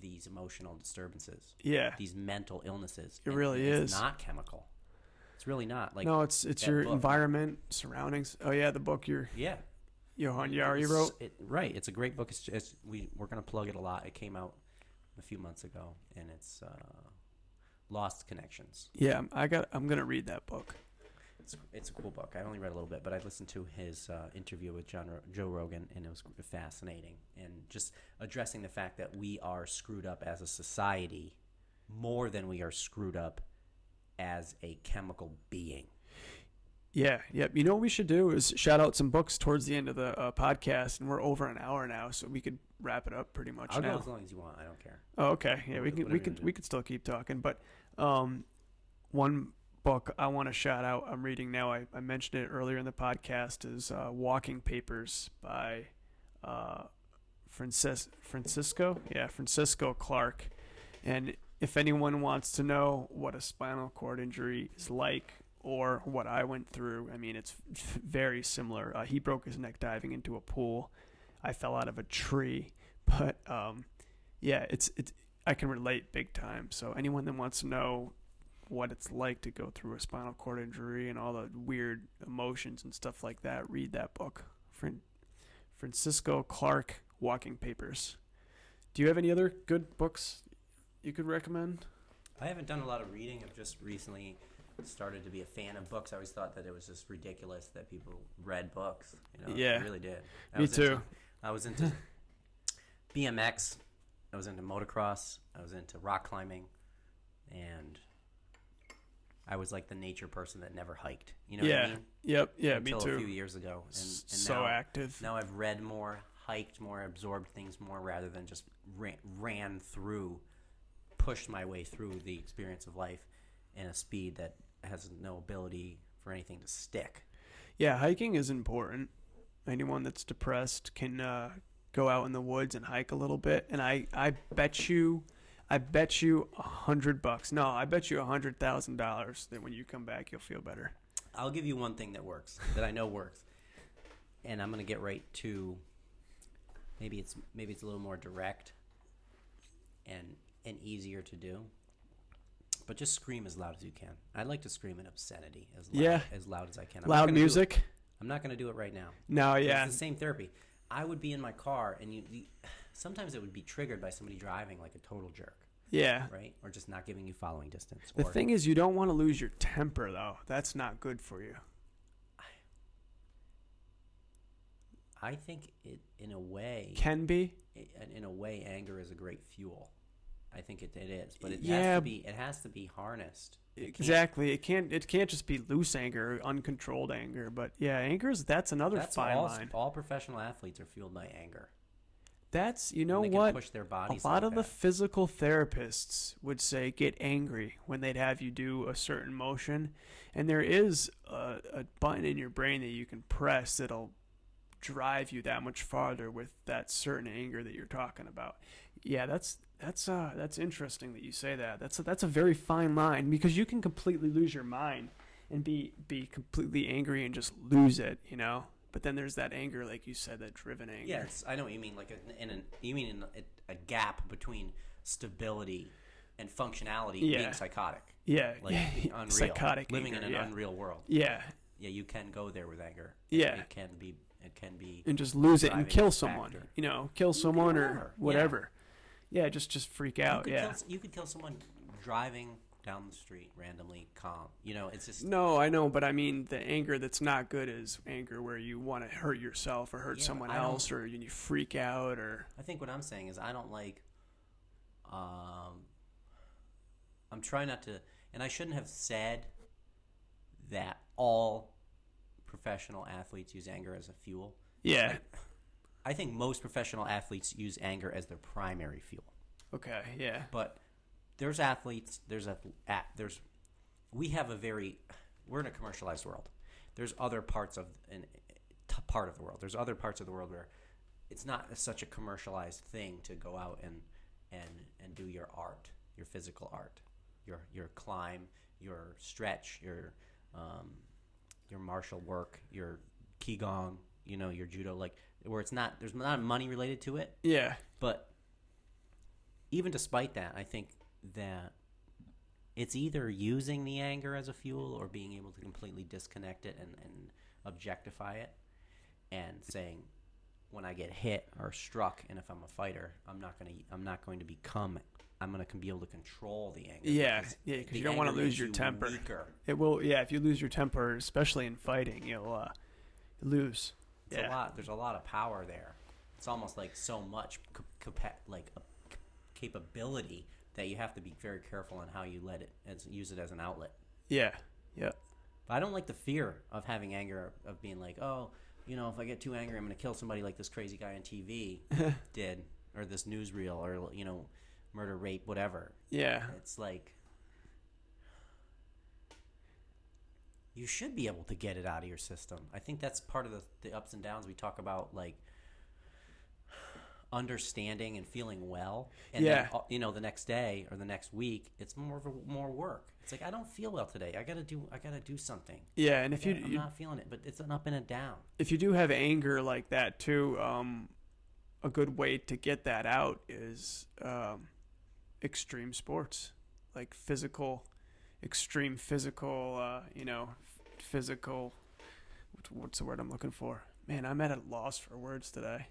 Speaker 2: these emotional disturbances,
Speaker 1: Yeah.
Speaker 2: these mental illnesses.
Speaker 1: It
Speaker 2: And
Speaker 1: really
Speaker 2: it's
Speaker 1: is.
Speaker 2: Not chemical. It's really not like
Speaker 1: no, it's it's
Speaker 2: that
Speaker 1: your
Speaker 2: book.
Speaker 1: environment, surroundings. Oh yeah, the book your
Speaker 2: yeah.
Speaker 1: Johan Yari wrote.
Speaker 2: It, right. It's a great book. It's, it's we we're gonna plug it a lot. It came out a few months ago, and it's uh, Lost Connections.
Speaker 1: Yeah, I got. I'm gonna read that book.
Speaker 2: It's it's a cool book. I only read a little bit, but I listened to his uh, interview with John Ro- Joe Rogan, and it was fascinating. And just addressing the fact that we are screwed up as a society more than we are screwed up as a chemical being.
Speaker 1: Yeah, yep. You know what we should do is shout out some books towards the end of the uh, podcast, and we're over an hour now, so we could wrap it up pretty much
Speaker 2: I'll go
Speaker 1: now.
Speaker 2: as long as you want. I don't care.
Speaker 1: Oh, okay. Yeah, we
Speaker 2: Whatever
Speaker 1: can
Speaker 2: you
Speaker 1: we could
Speaker 2: wanna
Speaker 1: we
Speaker 2: do.
Speaker 1: could still keep talking, but um, one book I want to shout out. I'm reading now. I, I mentioned it earlier in the podcast. Is uh, Walking Papers by uh, Francis Francisco. Yeah, Francisco Clark. And if anyone wants to know what a spinal cord injury is like or what I went through, I mean, it's f- very similar. Uh, he broke his neck diving into a pool. I fell out of a tree, but um, yeah, it's it's I can relate big time. So anyone that wants to know what it's like to go through a spinal cord injury and all the weird emotions and stuff like that, read that book. Fran- Francisco Clark, Walking Papers. Do you have any other good books you could recommend?
Speaker 2: I haven't done a lot of reading. I've just recently started to be a fan of books. I always thought that it was just ridiculous that people read books. You know,
Speaker 1: Yeah.
Speaker 2: I really did. I
Speaker 1: Me
Speaker 2: was into-
Speaker 1: too.
Speaker 2: I was into BMX. I was into motocross. I was into rock climbing, and I was like the nature person that never hiked. You know
Speaker 1: yeah.
Speaker 2: what I mean?
Speaker 1: Yep. Yeah.
Speaker 2: Until
Speaker 1: me
Speaker 2: a few
Speaker 1: too.
Speaker 2: years ago, and, and
Speaker 1: so
Speaker 2: now,
Speaker 1: active.
Speaker 2: now I've read more, hiked more, absorbed things more, rather than just ran, ran through, pushed my way through the experience of life in a speed that has no ability for anything to stick.
Speaker 1: Yeah, hiking is important. Anyone that's depressed can uh, go out in the woods and hike a little bit. And I, I bet you, I bet you a hundred bucks. No, I bet you a hundred thousand dollars that when you come back, you'll feel better.
Speaker 2: I'll give you one thing that works that I know works, and I'm gonna get right to. Maybe it's maybe it's a little more direct, and and easier to do. But just scream as loud as you can. I like to scream an obscenity as loud,
Speaker 1: Yeah.
Speaker 2: as loud as I can. I'm not
Speaker 1: Loud
Speaker 2: gonna do it-
Speaker 1: music?
Speaker 2: I'm not gonna do it right now.
Speaker 1: No,
Speaker 2: It's
Speaker 1: yeah,
Speaker 2: the same therapy. I would be in my car, and you, you sometimes it would be triggered by somebody driving like a total jerk,
Speaker 1: yeah.
Speaker 2: right? Or just not giving you following distance.
Speaker 1: The
Speaker 2: or,
Speaker 1: thing is, you don't want to lose your temper though. That's not good for you.
Speaker 2: I think it in a way.
Speaker 1: Can be.
Speaker 2: i- and in a way, anger is a great fuel. I think it, it is, but it has
Speaker 1: Yeah.
Speaker 2: to be it has to be harnessed. It can't-
Speaker 1: Exactly. It can't. It can't just be loose anger, uncontrolled anger. But yeah, anger is that's another
Speaker 2: That's
Speaker 1: fine
Speaker 2: all,
Speaker 1: line.
Speaker 2: all professional athletes are fueled by anger.
Speaker 1: That's you
Speaker 2: And
Speaker 1: know
Speaker 2: they
Speaker 1: what.
Speaker 2: Can push their bodies.
Speaker 1: a lot
Speaker 2: like
Speaker 1: of the
Speaker 2: that.
Speaker 1: physical therapists would say get angry when they'd have you do a certain motion and there is a, a button in your brain that you can press that'll drive you that much farther with that certain anger that you're talking about yeah that's that's uh that's interesting that you say that that's a, that's a very fine line because you can completely lose your mind and be be completely angry and just lose it you know but then there's that anger like you said that driven anger
Speaker 2: yeah, it's, I know what you mean. Like a, in an you mean in a, a gap between stability and functionality
Speaker 1: Yeah.
Speaker 2: being psychotic,
Speaker 1: yeah
Speaker 2: like unreal,
Speaker 1: psychotic
Speaker 2: living
Speaker 1: anger,
Speaker 2: in an
Speaker 1: yeah.
Speaker 2: unreal world.
Speaker 1: Yeah,
Speaker 2: Yeah, you can go there with anger. It-
Speaker 1: Yeah.
Speaker 2: it can be. It can be
Speaker 1: and just lose it and
Speaker 2: Driving
Speaker 1: kill
Speaker 2: factor.
Speaker 1: someone. You know, kill someone or
Speaker 2: whatever. Yeah.
Speaker 1: whatever. Yeah, just just freak
Speaker 2: You
Speaker 1: out.
Speaker 2: could
Speaker 1: yeah.
Speaker 2: kill, s- you could kill someone driving down the street randomly, calm. You know, it's just
Speaker 1: No, I know, but I mean the anger that's not good is anger where you want to hurt yourself or hurt
Speaker 2: Yeah, but
Speaker 1: someone
Speaker 2: I don't-
Speaker 1: else or you freak out or
Speaker 2: I think what I'm saying is I don't like. Um, I'm trying not to, and I shouldn't have said that all professional athletes use anger as a fuel.
Speaker 1: yeah.
Speaker 2: I think most professional athletes use anger as their primary fuel,
Speaker 1: Okay, yeah.
Speaker 2: but there's athletes, there's a, at, there's, we have a very, we're in a commercialized world. There's other parts of an t- part of the world. There's other parts of the world where it's not such a commercialized thing to go out and and and do your art, your physical art, your your climb, your stretch, your um, your martial work, your qigong, you know, your judo, like where it's not there's not money related to it,
Speaker 1: Yeah.
Speaker 2: but even despite that, I think that it's either using the anger as a fuel or being able to completely disconnect it and, and objectify it and saying when I get hit or struck and if I'm a fighter, I'm not gonna I'm not going to become I'm gonna con- be able to control the anger.
Speaker 1: Yeah,
Speaker 2: because
Speaker 1: yeah, 'cause
Speaker 2: the
Speaker 1: you don't wanna
Speaker 2: anger
Speaker 1: lose
Speaker 2: makes
Speaker 1: your
Speaker 2: you
Speaker 1: temper.
Speaker 2: weaker.
Speaker 1: It will yeah, if you lose your temper, especially in fighting, you'll uh lose.
Speaker 2: It's a
Speaker 1: yeah.
Speaker 2: lot. There's a lot of power there. It's almost like so much cap- capa- like a c- capability that you have to be very careful on how you let it and use it as an outlet.
Speaker 1: Yeah. Yeah.
Speaker 2: But I don't like the fear of having anger of being like, oh, you know, if I get too angry, I'm going to kill somebody like this crazy guy on TV did, or this newsreel, or you know, murder, rape, whatever.
Speaker 1: Yeah.
Speaker 2: It's like you should be able to get it out of your system. I think that's part of the, the ups and downs we talk about, like understanding and feeling well. And
Speaker 1: Yeah.
Speaker 2: then, uh, you know, the next day or the next week, it's more of a, more work. It's like I don't feel well today. I gotta do. I gotta do something.
Speaker 1: Yeah, and if you,
Speaker 2: I'm
Speaker 1: you
Speaker 2: not feeling it, but it's an up and a down.
Speaker 1: if you do have anger like that too, um, a good way to get that out is um, extreme sports, like physical, extreme physical. Uh, you know, f- physical. what- What's the word I'm looking for? Man, I'm at a loss for words today.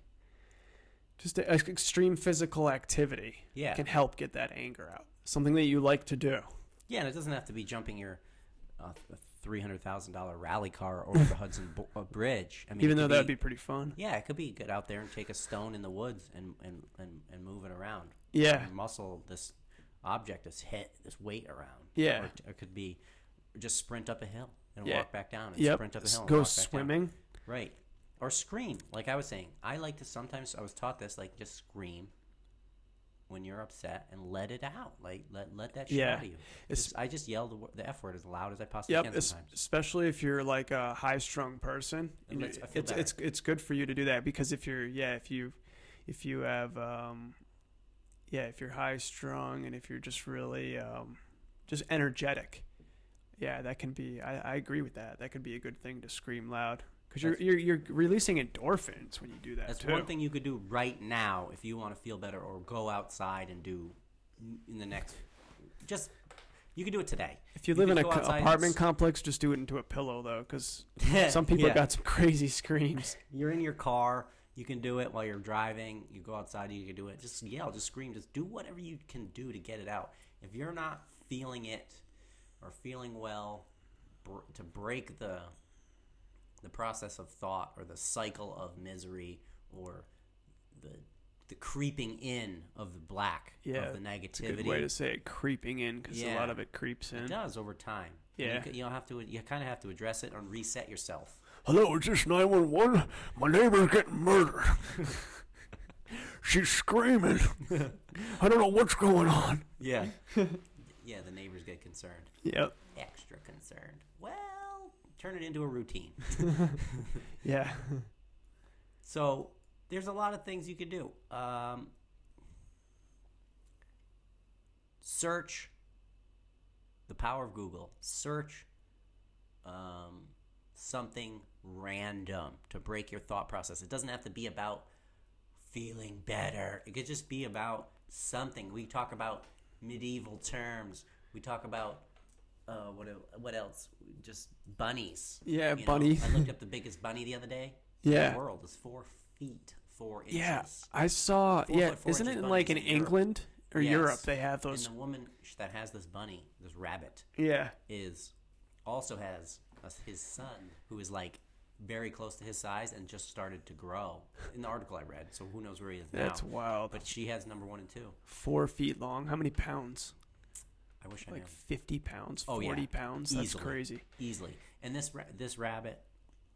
Speaker 1: Just a, ex- extreme physical activity
Speaker 2: Yeah.
Speaker 1: can help get that anger out. Something that you like to do.
Speaker 2: Yeah, and it doesn't have to be jumping your uh, three hundred thousand dollar rally car over the Hudson Bo- uh, Bridge. I mean,
Speaker 1: Even
Speaker 2: it
Speaker 1: though
Speaker 2: could
Speaker 1: that would be pretty fun.
Speaker 2: yeah, it could be get out there and take a stone in the woods and and and, and move it around.
Speaker 1: Yeah.
Speaker 2: And muscle this object, this hit, this weight around.
Speaker 1: Yeah.
Speaker 2: Or it- it could be just sprint up a hill and
Speaker 1: Yeah.
Speaker 2: walk back down and
Speaker 1: Yep.
Speaker 2: sprint up a
Speaker 1: S-
Speaker 2: hill and
Speaker 1: Go
Speaker 2: walk back down.
Speaker 1: swimming.
Speaker 2: Right. Or scream. Like I was saying, I like to sometimes I was taught this like just scream when you're upset and let it out. Like let let that shit
Speaker 1: Yeah.
Speaker 2: out of you.
Speaker 1: It's-
Speaker 2: Just- I just yell the, wo- the F word as loud as I possibly
Speaker 1: Yep,
Speaker 2: can
Speaker 1: es-
Speaker 2: sometimes.
Speaker 1: especially if you're like a high-strung person,
Speaker 2: It
Speaker 1: you know,
Speaker 2: makes- I feel
Speaker 1: it's it's it's good for you to do that because if you're yeah if you if you have um yeah if you're high-strung and if you're just really um just energetic, yeah that can be I, I agree with that that could be a good thing to scream loud because you're,
Speaker 2: That's-
Speaker 1: you're you're releasing endorphins when you do that
Speaker 2: That's
Speaker 1: too.
Speaker 2: one thing you could do right now if you want to feel better or go outside and do n- in the next just you could do it today.
Speaker 1: If you
Speaker 2: you
Speaker 1: live
Speaker 2: could
Speaker 1: in a
Speaker 2: go
Speaker 1: co-
Speaker 2: outside and
Speaker 1: apartment
Speaker 2: s-
Speaker 1: complex, just do it into a pillow though, because some people
Speaker 2: Yeah.
Speaker 1: got some crazy screams.
Speaker 2: You're in your car. You can do it while you're driving. You go outside. You can do it. Just yell. Just scream. Just do whatever you can do to get it out. If you're not feeling it or feeling well, br- to break the the process of thought or the cycle of misery or the the creeping in of the black
Speaker 1: Yeah,
Speaker 2: of the negativity.
Speaker 1: It's a good way to say it, creeping in, because a lot
Speaker 2: Yeah.
Speaker 1: of it creeps in.
Speaker 2: It does over time. And
Speaker 1: Yeah.
Speaker 2: you, c- you don't have to. You kind of have to address it and reset yourself.
Speaker 1: Hello, is this 911? My neighbor's getting murdered. She's screaming. I don't know what's going on.
Speaker 2: Yeah. yeah. The neighbors get concerned.
Speaker 1: Yep.
Speaker 2: extra concerned. Well, turn it into a routine.
Speaker 1: Yeah.
Speaker 2: So there's a lot of things you can do. Um, search the power of Google. Search um, something random to break your thought process. It doesn't have to be about feeling better. It could just be about something. We talk about medieval terms. We talk about uh, what el- what else? Just bunnies.
Speaker 1: Yeah,
Speaker 2: know?
Speaker 1: bunny.
Speaker 2: I looked up the biggest bunny the other day
Speaker 1: Yeah.
Speaker 2: the world is four feet four inches.
Speaker 1: Yeah, I saw.
Speaker 2: Four
Speaker 1: yeah,
Speaker 2: foot four
Speaker 1: isn't it
Speaker 2: inches
Speaker 1: in,
Speaker 2: bunnies
Speaker 1: like in
Speaker 2: in Europe.
Speaker 1: England or
Speaker 2: Yes.
Speaker 1: Europe they have
Speaker 2: And
Speaker 1: those?
Speaker 2: the woman sh- that has this bunny, this rabbit,
Speaker 1: yeah,
Speaker 2: is also has a- his son who is like very close to his size and just started to grow. In the article I read, so who knows where he is now?
Speaker 1: that's wild.
Speaker 2: But she has number one and two.
Speaker 1: Four feet long. How many pounds?
Speaker 2: I wish I
Speaker 1: Like
Speaker 2: knew.
Speaker 1: fifty pounds,
Speaker 2: Oh,
Speaker 1: forty
Speaker 2: yeah.
Speaker 1: pounds. That's
Speaker 2: Easily.
Speaker 1: crazy.
Speaker 2: easily. And this ra- this rabbit,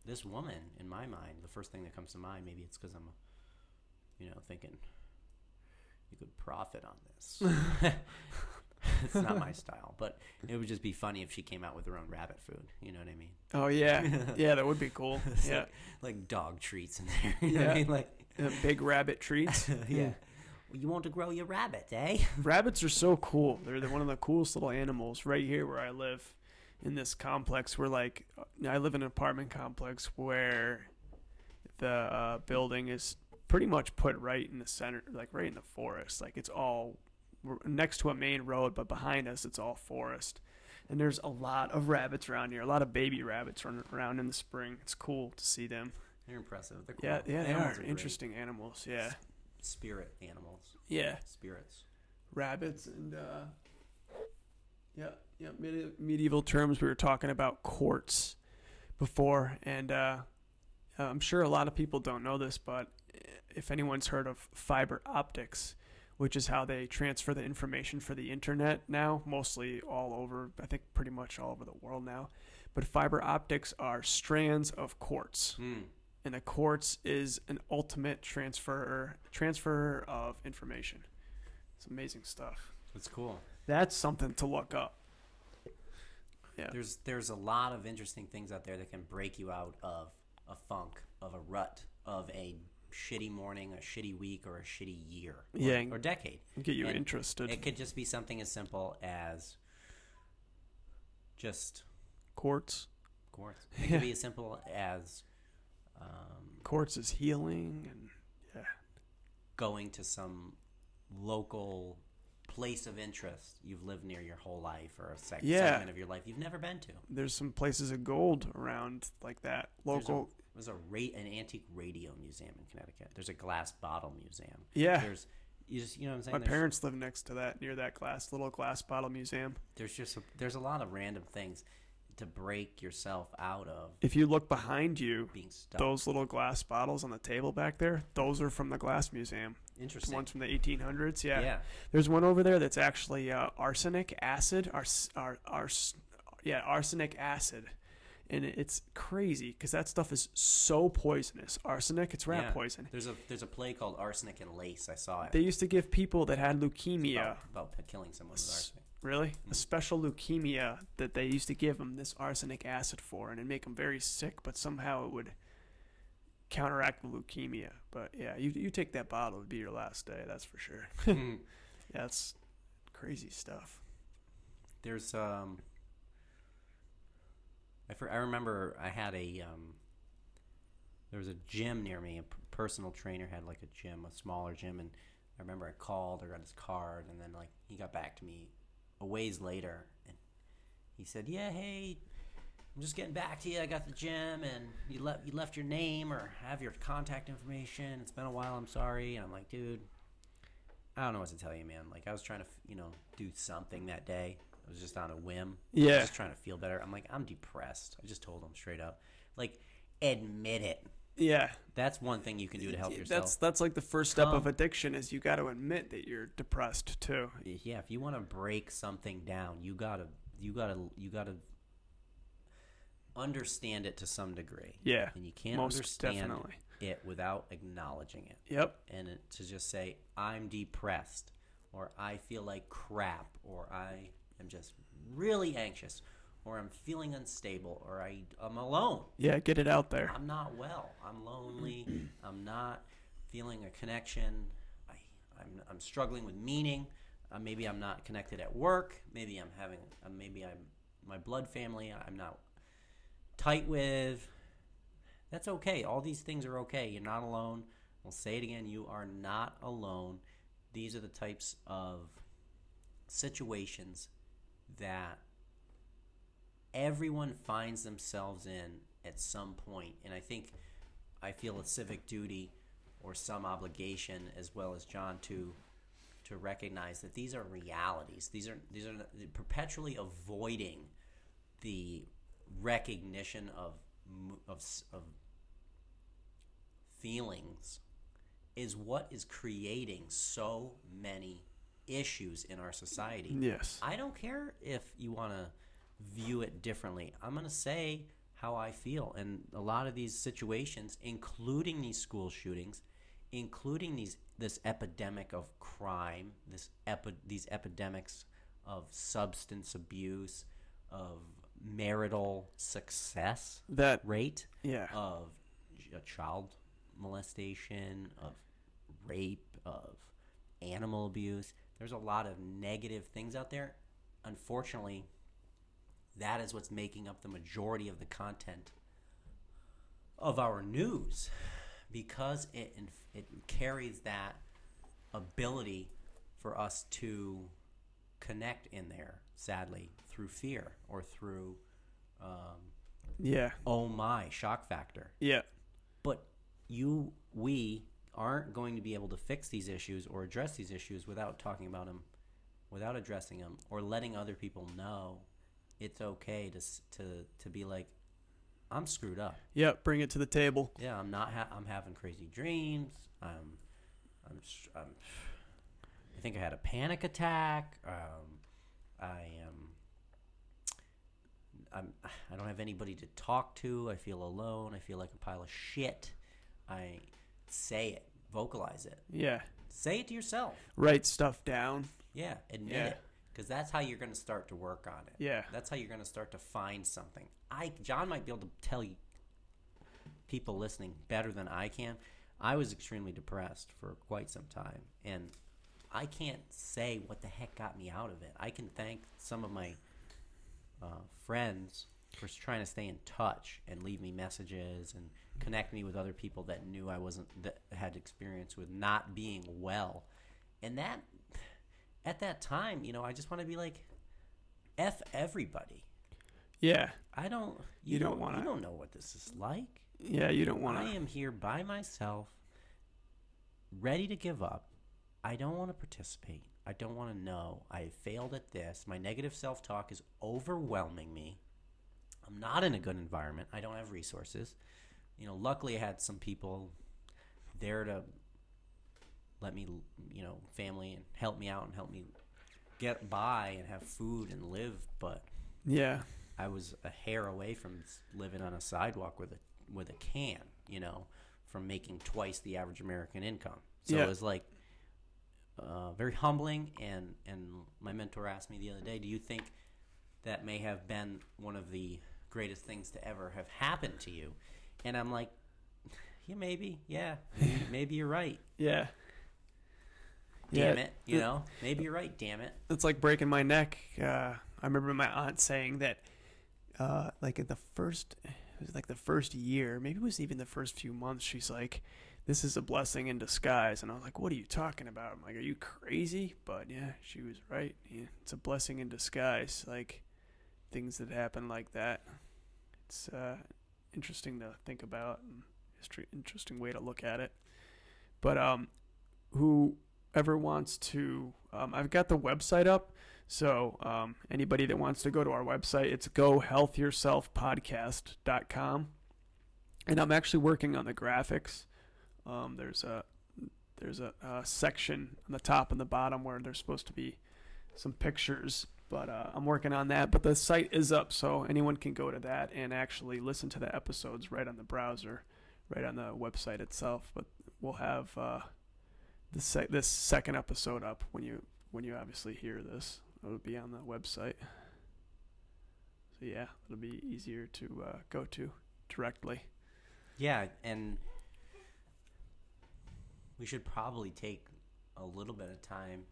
Speaker 2: this woman, in my mind, the first thing that comes to mind, maybe it's because I'm, you know, thinking you could profit on this. it's not my style, but it would just be funny if she came out with her own rabbit food. You know what I mean?
Speaker 1: Oh yeah, yeah, that would be cool.
Speaker 2: It's
Speaker 1: Yeah,
Speaker 2: Like, like dog treats in there. You know what I
Speaker 1: Yeah.
Speaker 2: mean? Like,
Speaker 1: Uh, big rabbit treats.
Speaker 2: yeah. Well, you want to grow your rabbit, eh?
Speaker 1: Rabbits are so cool. They're the, one of the coolest little animals right here where I live in this complex. We're like, I live in an apartment complex where the uh, building is pretty much put right in the center, like right in the forest. Like it's all we're next to a main road, but behind us, it's all forest. And there's a lot of rabbits around here, a lot of baby rabbits running around in the spring. It's cool to see them.
Speaker 2: They're impressive. They're cool.
Speaker 1: Yeah, yeah, they
Speaker 2: Animals
Speaker 1: are
Speaker 2: great.
Speaker 1: interesting animals. Yeah,
Speaker 2: Spirit animals.
Speaker 1: yeah.
Speaker 2: Spirits.
Speaker 1: rabbits and uh yeah yeah medi- medieval terms we were talking about courts before and uh i'm sure a lot of people don't know this but if anyone's heard of fiber optics which is how they transfer the information for the internet now mostly all over i think pretty much all over the world now but fiber optics are strands of quartz
Speaker 2: Mm.
Speaker 1: and a quartz is an ultimate transfer transfer of information. It's amazing stuff.
Speaker 2: That's cool.
Speaker 1: That's something to look up. Yeah.
Speaker 2: There's there's a lot of interesting things out there that can break you out of a funk, of a rut, of a shitty morning, a shitty week, or a shitty year, or,
Speaker 1: Yeah, and-
Speaker 2: or decade.
Speaker 1: Get you
Speaker 2: And
Speaker 1: interested.
Speaker 2: It could just be something as simple as just
Speaker 1: quartz.
Speaker 2: quartz. It
Speaker 1: Yeah.
Speaker 2: could be as simple as um,
Speaker 1: Quartz is healing and
Speaker 2: going to some local place of interest you've lived near your whole life, or a sec-
Speaker 1: Yeah.
Speaker 2: segment of your life you've never been to.
Speaker 1: there's some places of gold around like that.
Speaker 2: There's a-
Speaker 1: Local
Speaker 2: There's a rate an antique radio museum in Connecticut. There's a glass bottle museum.
Speaker 1: Yeah.
Speaker 2: There's you just you know what I'm saying.
Speaker 1: My
Speaker 2: there's,
Speaker 1: parents live next to that near that glass little glass bottle museum.
Speaker 2: There's just a, there's a lot of random things to break yourself out of
Speaker 1: If you look behind you,
Speaker 2: being stuck.
Speaker 1: those little glass bottles on the table back there, those are from the glass museum. The
Speaker 2: Interesting.
Speaker 1: ones from the 1800s,
Speaker 2: yeah.
Speaker 1: There's one over there that's actually uh, arsenic acid, ars, ar, ars, yeah, arsenic acid, and it- it's crazy because that stuff is so poisonous. Arsenic, it's rat
Speaker 2: yeah.
Speaker 1: poison.
Speaker 2: There's a there's a play called Arsenic and Lace. I saw it.
Speaker 1: They used to give people that had leukemia,
Speaker 2: About, about p- killing someone with
Speaker 1: S-
Speaker 2: arsenic.
Speaker 1: really, a special leukemia that they used to give them this arsenic acid for, and it'd make them very sick. But somehow it would counteract the leukemia. But yeah, you you take that bottle, it'd be your last day. That's for sure.
Speaker 2: Mm.
Speaker 1: Yeah, that's crazy stuff.
Speaker 2: there's um. I, for, I remember I had a um. There was a gym near me. A p- personal trainer had like a gym, a smaller gym, and I remember I called or got his card, and then like he got back to me a ways later, and he said, "Yeah, hey, I'm just getting back to you. I got the gym, and you left you left your name or have your contact information. It's been a while. I'm sorry." And I'm like, "Dude, I don't know what to tell you, man. Like I was trying to, f- you know, do something that day. I was just on a whim. I
Speaker 1: Yeah.
Speaker 2: was just trying to feel better. I'm like, I'm depressed. I just told him straight up, like, admit it.
Speaker 1: Yeah.
Speaker 2: That's one thing you can do to help
Speaker 1: Yeah,
Speaker 2: yourself.
Speaker 1: That's that's like the first step of
Speaker 2: Come.
Speaker 1: addiction is you got to admit that you're depressed too.
Speaker 2: yeah if you want to break something down you gotta you gotta you gotta understand it to some degree
Speaker 1: Yeah,
Speaker 2: and you can't
Speaker 1: most
Speaker 2: understand
Speaker 1: definitely.
Speaker 2: it without acknowledging it
Speaker 1: Yep.
Speaker 2: and it, to just say i'm depressed or i feel like crap or i am just really anxious or i'm feeling unstable or I, i'm alone
Speaker 1: Yeah, get it out there.
Speaker 2: I'm not well. I'm lonely. I'm not feeling a connection. I, I'm, I'm struggling with meaning. Uh, maybe I'm not connected at work. Maybe I'm having. Uh, maybe I'm my blood family. I'm not tight with. That's okay. All these things are okay. You're not alone. We'll say it again. You are not alone. These are the types of situations that everyone finds themselves in at some point and i think i feel a civic duty or some obligation as well as John to to recognize that these are realities. These are these are perpetually avoiding the recognition of mo- of s- of feelings is what is creating so many issues in our society.
Speaker 1: Yes.
Speaker 2: I don't care if you want to view it differently. I'm going to say how I feel. And a lot of these situations, including these school shootings, including these this epidemic of crime, this epi- these epidemics of substance abuse, of marital success
Speaker 1: That.
Speaker 2: rate,
Speaker 1: Yeah.
Speaker 2: of j- uh, child molestation, of rape, of animal abuse. There's a lot of negative things out there. Unfortunately, that is what's making up the majority of the content of our news because it inf- it carries that ability for us to connect in there sadly through fear or through um,
Speaker 1: Yeah.
Speaker 2: oh my shock factor
Speaker 1: Yeah.
Speaker 2: but you we aren't going to be able to fix these issues or address these issues without talking about them without addressing them or letting other people know it's okay to s- to to be like i'm screwed up
Speaker 1: Yeah. Bring it to the table.
Speaker 2: yeah i'm not ha- i'm having crazy dreams i'm i'm str- i'm i think i had a panic attack um i am i'm i don't have anybody to talk to i feel alone i feel like a pile of shit i say it vocalize it
Speaker 1: Yeah.
Speaker 2: say it to yourself
Speaker 1: Write stuff down.
Speaker 2: yeah admit
Speaker 1: Yeah.
Speaker 2: it because that's how you're going to start to work on it
Speaker 1: Yeah.
Speaker 2: that's how you're going to start to find something. I John might be able to tell you people listening better than I can. I was extremely depressed for quite some time and I can't say what the heck got me out of it. I can thank some of my uh, friends for trying to stay in touch and leave me messages and connect me with other people that knew I wasn't that had experience with not being well. And that at that time, you know, I just want to be like F everybody.
Speaker 1: Yeah.
Speaker 2: I don't. You,
Speaker 1: You don't
Speaker 2: don't, want.
Speaker 1: wanna-
Speaker 2: You don't know what this is like.
Speaker 1: Yeah. You don't want
Speaker 2: I
Speaker 1: to.
Speaker 2: am here by myself, ready to give up. I don't want to participate. I don't want to know. I failed at this. My negative self talk is overwhelming me. I'm not in a good environment. I don't have resources. You know, luckily I had some people there to let me, you know, family and help me out and help me get by and have food and live, but
Speaker 1: Yeah.
Speaker 2: I was a hair away from s- living on a sidewalk with a with a can, you know, from making twice the average American income. So
Speaker 1: Yeah.
Speaker 2: it was like uh, very humbling. And and my mentor asked me the other day, "Do you think that may have been one of the greatest things to ever have happened to you?" And I'm like, "Yeah, maybe. Yeah, maybe, maybe you're right.
Speaker 1: Yeah.
Speaker 2: Damn it, you
Speaker 1: it-
Speaker 2: know, maybe you're right. Damn it.
Speaker 1: it's like breaking my neck. Uh, I remember my aunt saying that, uh, like at the first, it was like the first year, maybe it was even the first few months. She's like, "This is a blessing in disguise," and I was like, "What are you talking about?" I'm like, "Are you crazy?" But yeah, she was right. Yeah, it's a blessing in disguise. Like things that happen like that. It's uh, interesting to think about and history. Interesting way to look at it. But um, who ever wants to, um, I've got the website up. So um, anybody that wants to go to our website, it's gohealthyourselfpodcast.com. And I'm actually working on the graphics. Um, there's a there's a, a section on the top and the bottom where there's supposed to be some pictures, but uh, I'm working on that. But the site is up, so anyone can go to that and actually listen to the episodes right on the browser, right on the website itself. But we'll have uh, this sec- this second episode up when you when you obviously hear this. It'll be on the website. So yeah, it'll be easier to uh, go to directly.
Speaker 2: Yeah, and we should probably take a little bit of time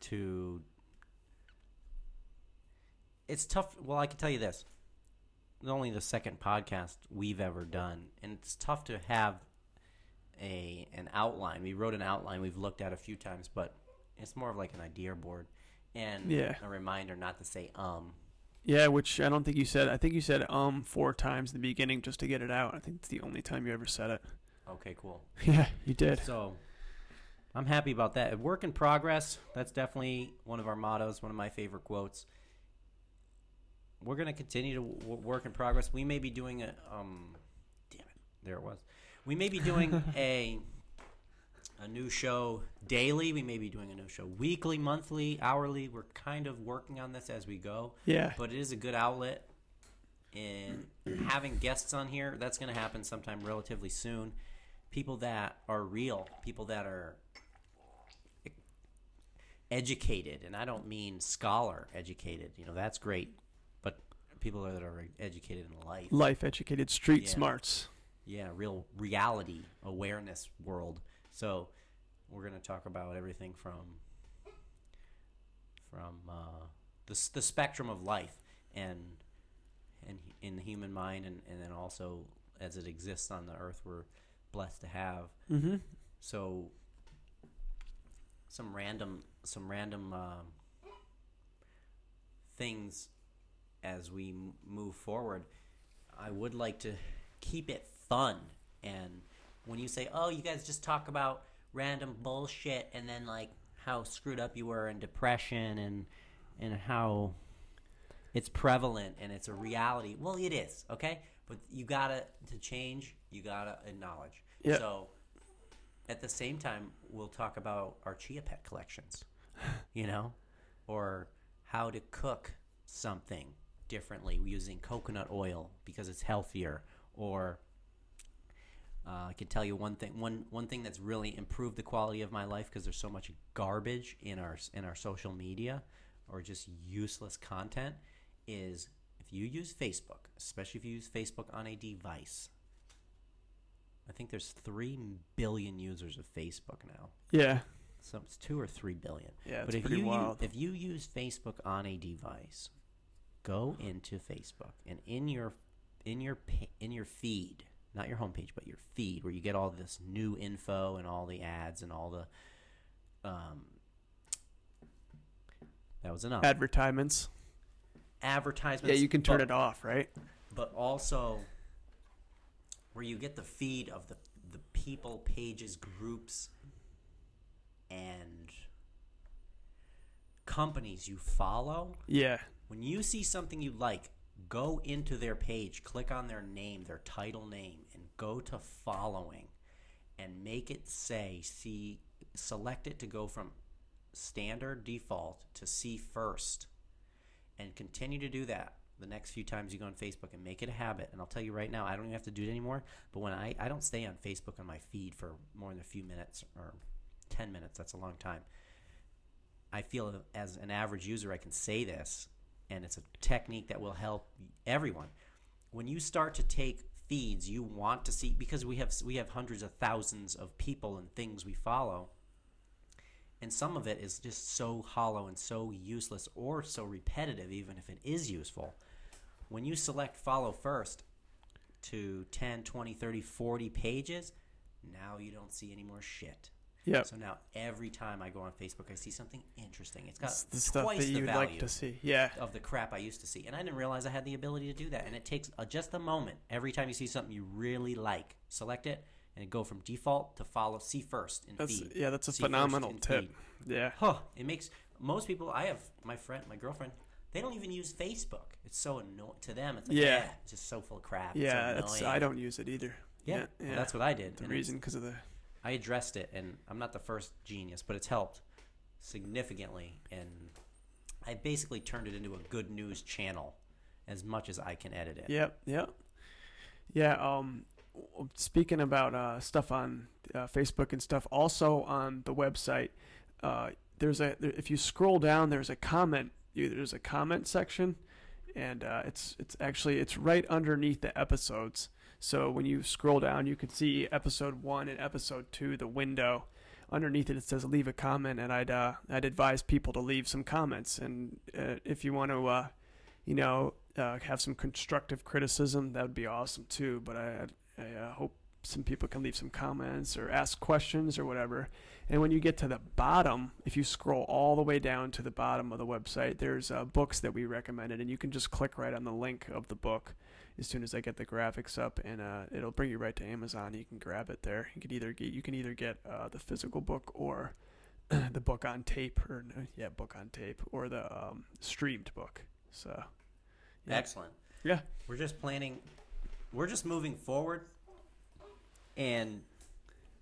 Speaker 2: to. It's tough. Well, I can tell you this. It's only the second podcast we've ever done, and it's tough to have a an outline. We wrote an outline we've looked at a few times, but it's more of like an idea board and
Speaker 1: Yeah.
Speaker 2: a reminder not to say um
Speaker 1: Yeah, which I don't think you said. I think you said um four times in the beginning just to get it out. I think it's the only time you ever said it.
Speaker 2: Okay, cool.
Speaker 1: Yeah, you did.
Speaker 2: So I'm happy about that. Work in progress. That's definitely one of our mottos, one of my favorite quotes. We're going to continue to w- w- work in progress. We may be doing a um damn it. There it was. We may be doing a a new show daily. We may be doing a new show weekly, monthly, hourly. We're kind of working on this as we go
Speaker 1: Yeah.
Speaker 2: but it is a good outlet. And having guests on here, that's going to happen sometime relatively soon. People that are real, people that are educated, and I don't mean scholar educated, you know, that's great, but people that are educated in life.
Speaker 1: Life educated street
Speaker 2: Yeah.
Speaker 1: smarts.
Speaker 2: Yeah, real reality awareness world. So we're gonna talk about everything from from uh, the s- the spectrum of life and and hu- in the human mind, and and then also as it exists on the earth, we're blessed to have.
Speaker 1: Mm-hmm.
Speaker 2: So some random some random um, things as we m- move forward. I would like to keep it fun and when you say, "Oh, you guys just talk about random bullshit and then like how screwed up you were and depression and and how it's prevalent and it's a reality." Well, it is, okay? But you got to to change, you got to acknowledge.
Speaker 1: Yep.
Speaker 2: So at the same time, we'll talk about our chia pet collections, you know, or how to cook something differently using coconut oil because it's healthier. Or uh, I can tell you one thing one one thing that's really improved the quality of my life because there's so much garbage in our in our social media or just useless content is if you use Facebook, especially if you use Facebook on a device. I think there's three billion users of Facebook now.
Speaker 1: Yeah.
Speaker 2: So it's two or three billion.
Speaker 1: Yeah, it's
Speaker 2: but if
Speaker 1: pretty
Speaker 2: you u-
Speaker 1: wild.
Speaker 2: if you use Facebook on a device, go into Facebook and in your in your pa- in your feed, not your homepage, but your feed where you get all this new info and all the ads and all the um. That was enough.
Speaker 1: Advertisements.
Speaker 2: Advertisements.
Speaker 1: Yeah, you can turn
Speaker 2: but-
Speaker 1: it off, right?
Speaker 2: but also where you get the feed of the the people pages groups and companies you follow
Speaker 1: Yeah.
Speaker 2: when you see something you like go into their page click on their name their title name and go to following and make it say see select it to go from standard default to see first and continue to do that the next few times you go on Facebook and make it a habit. And I'll tell you right now, I don't even have to do it anymore. But when I, I don't stay on Facebook on my feed for more than a few minutes or 10 minutes, that's a long time. I feel as an average user, I can say this, and it's a technique that will help everyone. When you start to take feeds you want to see because we have we have hundreds of thousands of people and things we follow and some of it is just so hollow and so useless or so repetitive even if it is useful when you select follow first to 10 20 30 40 pages now you don't see any more shit
Speaker 1: Yep.
Speaker 2: so now every time i go on facebook i see something interesting it's got
Speaker 1: It's the stuff
Speaker 2: twice
Speaker 1: that
Speaker 2: the
Speaker 1: you'd
Speaker 2: value
Speaker 1: like to see. Yeah.
Speaker 2: of the crap I used to see, and I didn't realize I had the ability to do that. And it takes uh, just a moment every time you see something you really like, select it, and go from default to follow. See first in
Speaker 1: That's
Speaker 2: feed.
Speaker 1: yeah, that's a
Speaker 2: See first
Speaker 1: phenomenal
Speaker 2: in
Speaker 1: tip.
Speaker 2: feed.
Speaker 1: Yeah.
Speaker 2: Huh? It makes most people. I have my friend, my girlfriend. They don't even use Facebook. It's so annoying to them. It's like,
Speaker 1: Yeah.
Speaker 2: yeah, it's just so full of crap. It's
Speaker 1: Yeah,
Speaker 2: so
Speaker 1: that's,
Speaker 2: annoying."
Speaker 1: I don't use it either.
Speaker 2: Yeah,
Speaker 1: yeah,
Speaker 2: well,
Speaker 1: yeah.
Speaker 2: that's what I did.
Speaker 1: The
Speaker 2: and
Speaker 1: reason because of the
Speaker 2: I addressed it, and I'm not the first genius, but it's helped significantly. And I basically turned it into a good news channel as much as I can edit it.
Speaker 1: Yep, yep. Yeah, um w- speaking about uh stuff on uh, Facebook and stuff also on the website uh there's a there, if you scroll down there's a comment you, there's a comment section and uh, it's it's actually it's right underneath the episodes. So when you scroll down you can see episode 1 and episode 2 the window underneath it it says leave a comment and I'd uh, I'd advise people to leave some comments and uh, if you want to uh you know, uh, have some constructive criticism. That would be awesome too. But I, I uh, hope some people can leave some comments or ask questions or whatever. And when you get to the bottom, if you scroll all the way down to the bottom of the website, there's uh, books that we recommended, and you can just click right on the link of the book as soon as I get the graphics up, and uh, it'll bring you right to Amazon. You can grab it there. You can either get you can either get uh, the physical book or the book on tape, or no, yeah, book on tape, or the um, streamed book. So Yeah.
Speaker 2: Excellent.
Speaker 1: yeah,
Speaker 2: We're just planning. We're just moving forward. And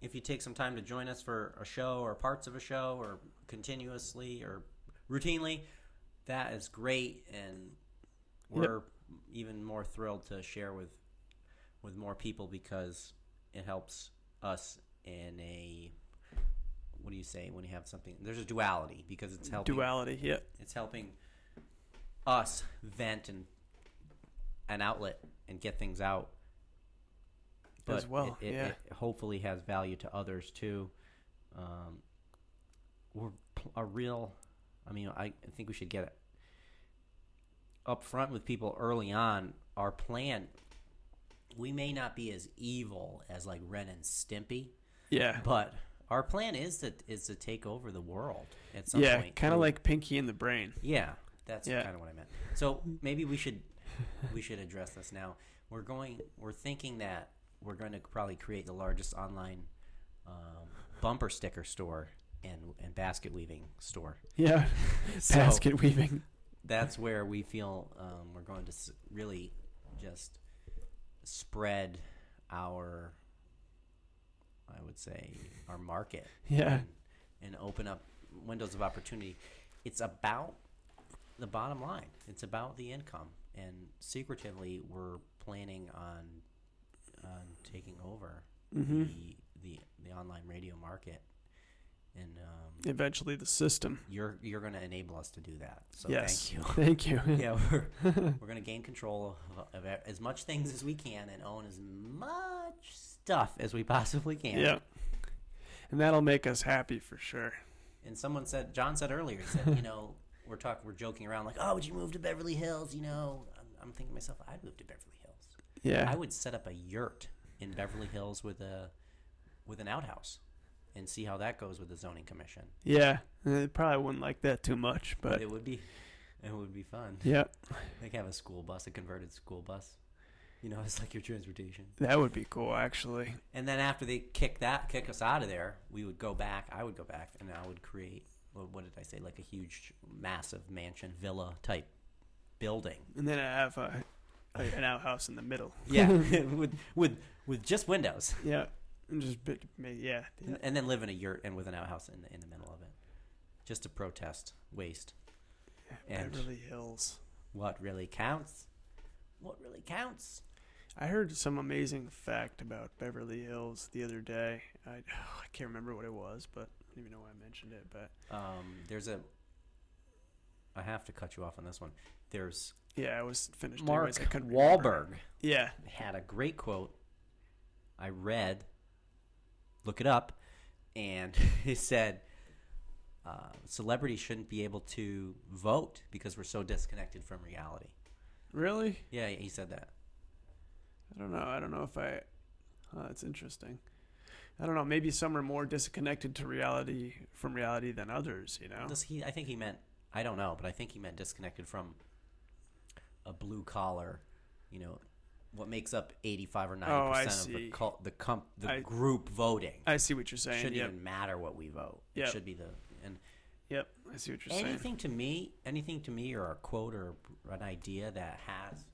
Speaker 2: if you take some time to join us for a show or parts of a show or continuously or routinely, that is great. And we're even more thrilled to share with with more people because it helps us in a what do you say when you have something there's a duality because it's helping
Speaker 1: duality. Yeah,
Speaker 2: it's helping us vent and an outlet and get things out.
Speaker 1: As well,
Speaker 2: it, it,
Speaker 1: yeah.
Speaker 2: it hopefully has value to others too. Um, we're pl- a real. I mean, I, I think we should get it up front with people early on. Our plan. We may not be as evil as like Ren and Stimpy,
Speaker 1: yeah,
Speaker 2: but our plan is to is to take over the world at some
Speaker 1: yeah.
Speaker 2: point.
Speaker 1: Kind of
Speaker 2: through-
Speaker 1: like Pinky and the Brain.
Speaker 2: yeah, that's
Speaker 1: Yeah.
Speaker 2: kind of what I meant. So maybe we should we should address this now. We're going. We're thinking that we're going to probably create the largest online um, bumper sticker store and and basket weaving store.
Speaker 1: Yeah,
Speaker 2: So
Speaker 1: basket weaving.
Speaker 2: that's where we feel um, we're going to s- really just spread our, I would say, our market
Speaker 1: Yeah,
Speaker 2: and, and open up windows of opportunity. It's about the bottom line. It's about the income. And secretively, we're planning on on taking over
Speaker 1: Mhm.
Speaker 2: the, the the online radio market. And um,
Speaker 1: eventually the system.
Speaker 2: you're you're going to enable us to do that. So
Speaker 1: yes,
Speaker 2: thank you.
Speaker 1: thank you.
Speaker 2: yeah, we're we're going to gain control of, of e- as much things as we can and own as much stuff as we possibly can.
Speaker 1: Yeah. And that'll make us happy for sure.
Speaker 2: And someone said, John said earlier, he said, you know, we're talking, we're joking around, like, oh, would you move to Beverly Hills? You know, I'm, I'm thinking to myself, I'd move to Beverly Hills. I
Speaker 1: Yeah.
Speaker 2: would set up a yurt in Beverly Hills with a with an outhouse, and see how that goes with the zoning commission.
Speaker 1: Yeah. They probably wouldn't like that too much, but
Speaker 2: it would be, it would be fun.
Speaker 1: yeah,
Speaker 2: They could have a school bus, a converted school bus. You know, it's like your transportation.
Speaker 1: that would be cool actually.
Speaker 2: And then after they kick that, kick us out of there, we would go back. I would go back, and I would create. What what did I say? Like a huge, massive mansion, villa type building.
Speaker 1: And then I have a, a an outhouse in the middle.
Speaker 2: Yeah, with with with just windows,
Speaker 1: Yeah. And just bit, ma- yeah. yeah.
Speaker 2: and then live in a yurt and with an outhouse in the in the middle of it, just to protest waste. And-
Speaker 1: Beverly Hills.
Speaker 2: What really counts? What really counts?
Speaker 1: I heard some amazing fact about Beverly Hills the other day. I, I can't remember what it was, but I don't even know why I mentioned it, but
Speaker 2: Um, there's a. I have to cut you off on this one. There's
Speaker 1: yeah, I was finished.
Speaker 2: Mark
Speaker 1: anyways, I couldn't remember.
Speaker 2: Wahlberg.
Speaker 1: Yeah.
Speaker 2: had a great quote I read, look it up, and it said, uh, celebrities shouldn't be able to vote because we're so disconnected from reality.
Speaker 1: Really?
Speaker 2: Yeah, he said that.
Speaker 1: I don't know. I don't know if I. Uh, that's interesting. I don't know. Maybe some are more disconnected to reality from reality than others. You know.
Speaker 2: This, he, I think he meant, I don't know, but I think he meant disconnected from a blue collar, you know, what makes up 85 or 90%
Speaker 1: Oh, I
Speaker 2: of the,
Speaker 1: see.
Speaker 2: col- the, comp- the
Speaker 1: I-
Speaker 2: group voting.
Speaker 1: I see what you're saying.
Speaker 2: shouldn't
Speaker 1: yep.
Speaker 2: even matter what we vote.
Speaker 1: Yep.
Speaker 2: It should be the, and
Speaker 1: Yep. I see what you're saying.
Speaker 2: anything to me anything to me or a quote or an idea that has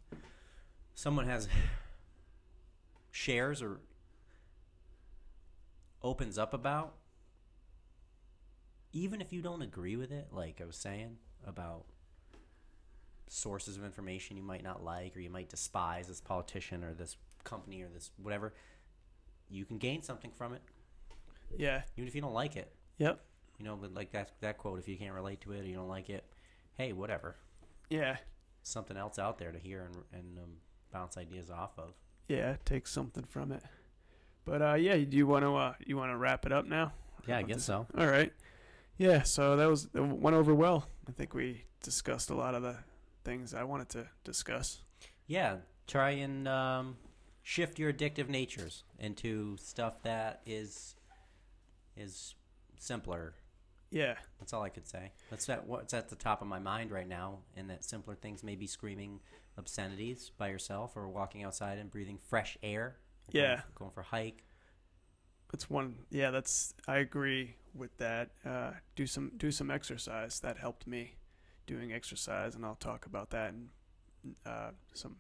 Speaker 2: someone has shares or opens up about even if you don't agree with it like i was saying about sources of information you might not like or you might despise this politician or this company or this whatever you can gain something from it
Speaker 1: Yeah.
Speaker 2: even if you don't like it
Speaker 1: Yep.
Speaker 2: you know, but like that that quote, if you can't relate to it or you don't like it, hey, whatever.
Speaker 1: Yeah.
Speaker 2: Something else out there to hear and and um, bounce ideas off of.
Speaker 1: Yeah. Take something from it. But uh, yeah. Do you want to? Uh, you want to wrap it up now?
Speaker 2: Yeah, I
Speaker 1: What
Speaker 2: guess
Speaker 1: does-
Speaker 2: so.
Speaker 1: All right. Yeah. So that was that went over well. I think we discussed a lot of the things I wanted to discuss.
Speaker 2: Yeah, try and um, shift your addictive natures into stuff that is is simpler.
Speaker 1: Yeah.
Speaker 2: That's all I could say. That's at what's at the top of my mind right now, and that simpler things may be screaming obscenities by yourself or walking outside and breathing fresh air. or going-
Speaker 1: Yeah.
Speaker 2: going for a hike.
Speaker 1: That's one. Yeah, that's. I agree with that. Uh, do some do some exercise. That helped me doing exercise, and I'll talk about that in uh, some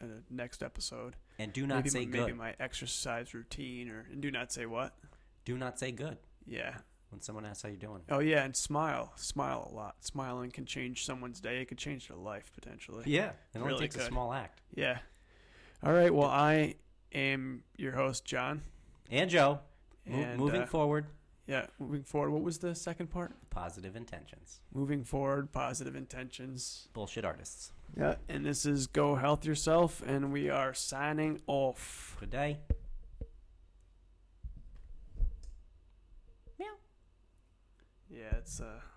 Speaker 1: uh, next episode.
Speaker 2: And do not
Speaker 1: maybe
Speaker 2: say
Speaker 1: my,
Speaker 2: good.
Speaker 1: maybe my exercise routine, or and do not say what.
Speaker 2: do not say good
Speaker 1: Yeah.
Speaker 2: when someone asks how you're doing.
Speaker 1: Oh yeah, and smile. Smile a lot. Smiling can change someone's day. It could change their life potentially.
Speaker 2: Yeah, it only
Speaker 1: Really
Speaker 2: takes a
Speaker 1: good.
Speaker 2: small act.
Speaker 1: Yeah. All right. Well, I am your host, John.
Speaker 2: And Joe, mo-
Speaker 1: And
Speaker 2: moving
Speaker 1: uh,
Speaker 2: forward,
Speaker 1: yeah, moving forward. What was the second part?
Speaker 2: positive intentions.
Speaker 1: Moving forward, positive intentions.
Speaker 2: Bullshit artists.
Speaker 1: Yeah. And this is Go Health Yourself, and we are signing off.
Speaker 2: Good day.
Speaker 1: Yeah, it's uh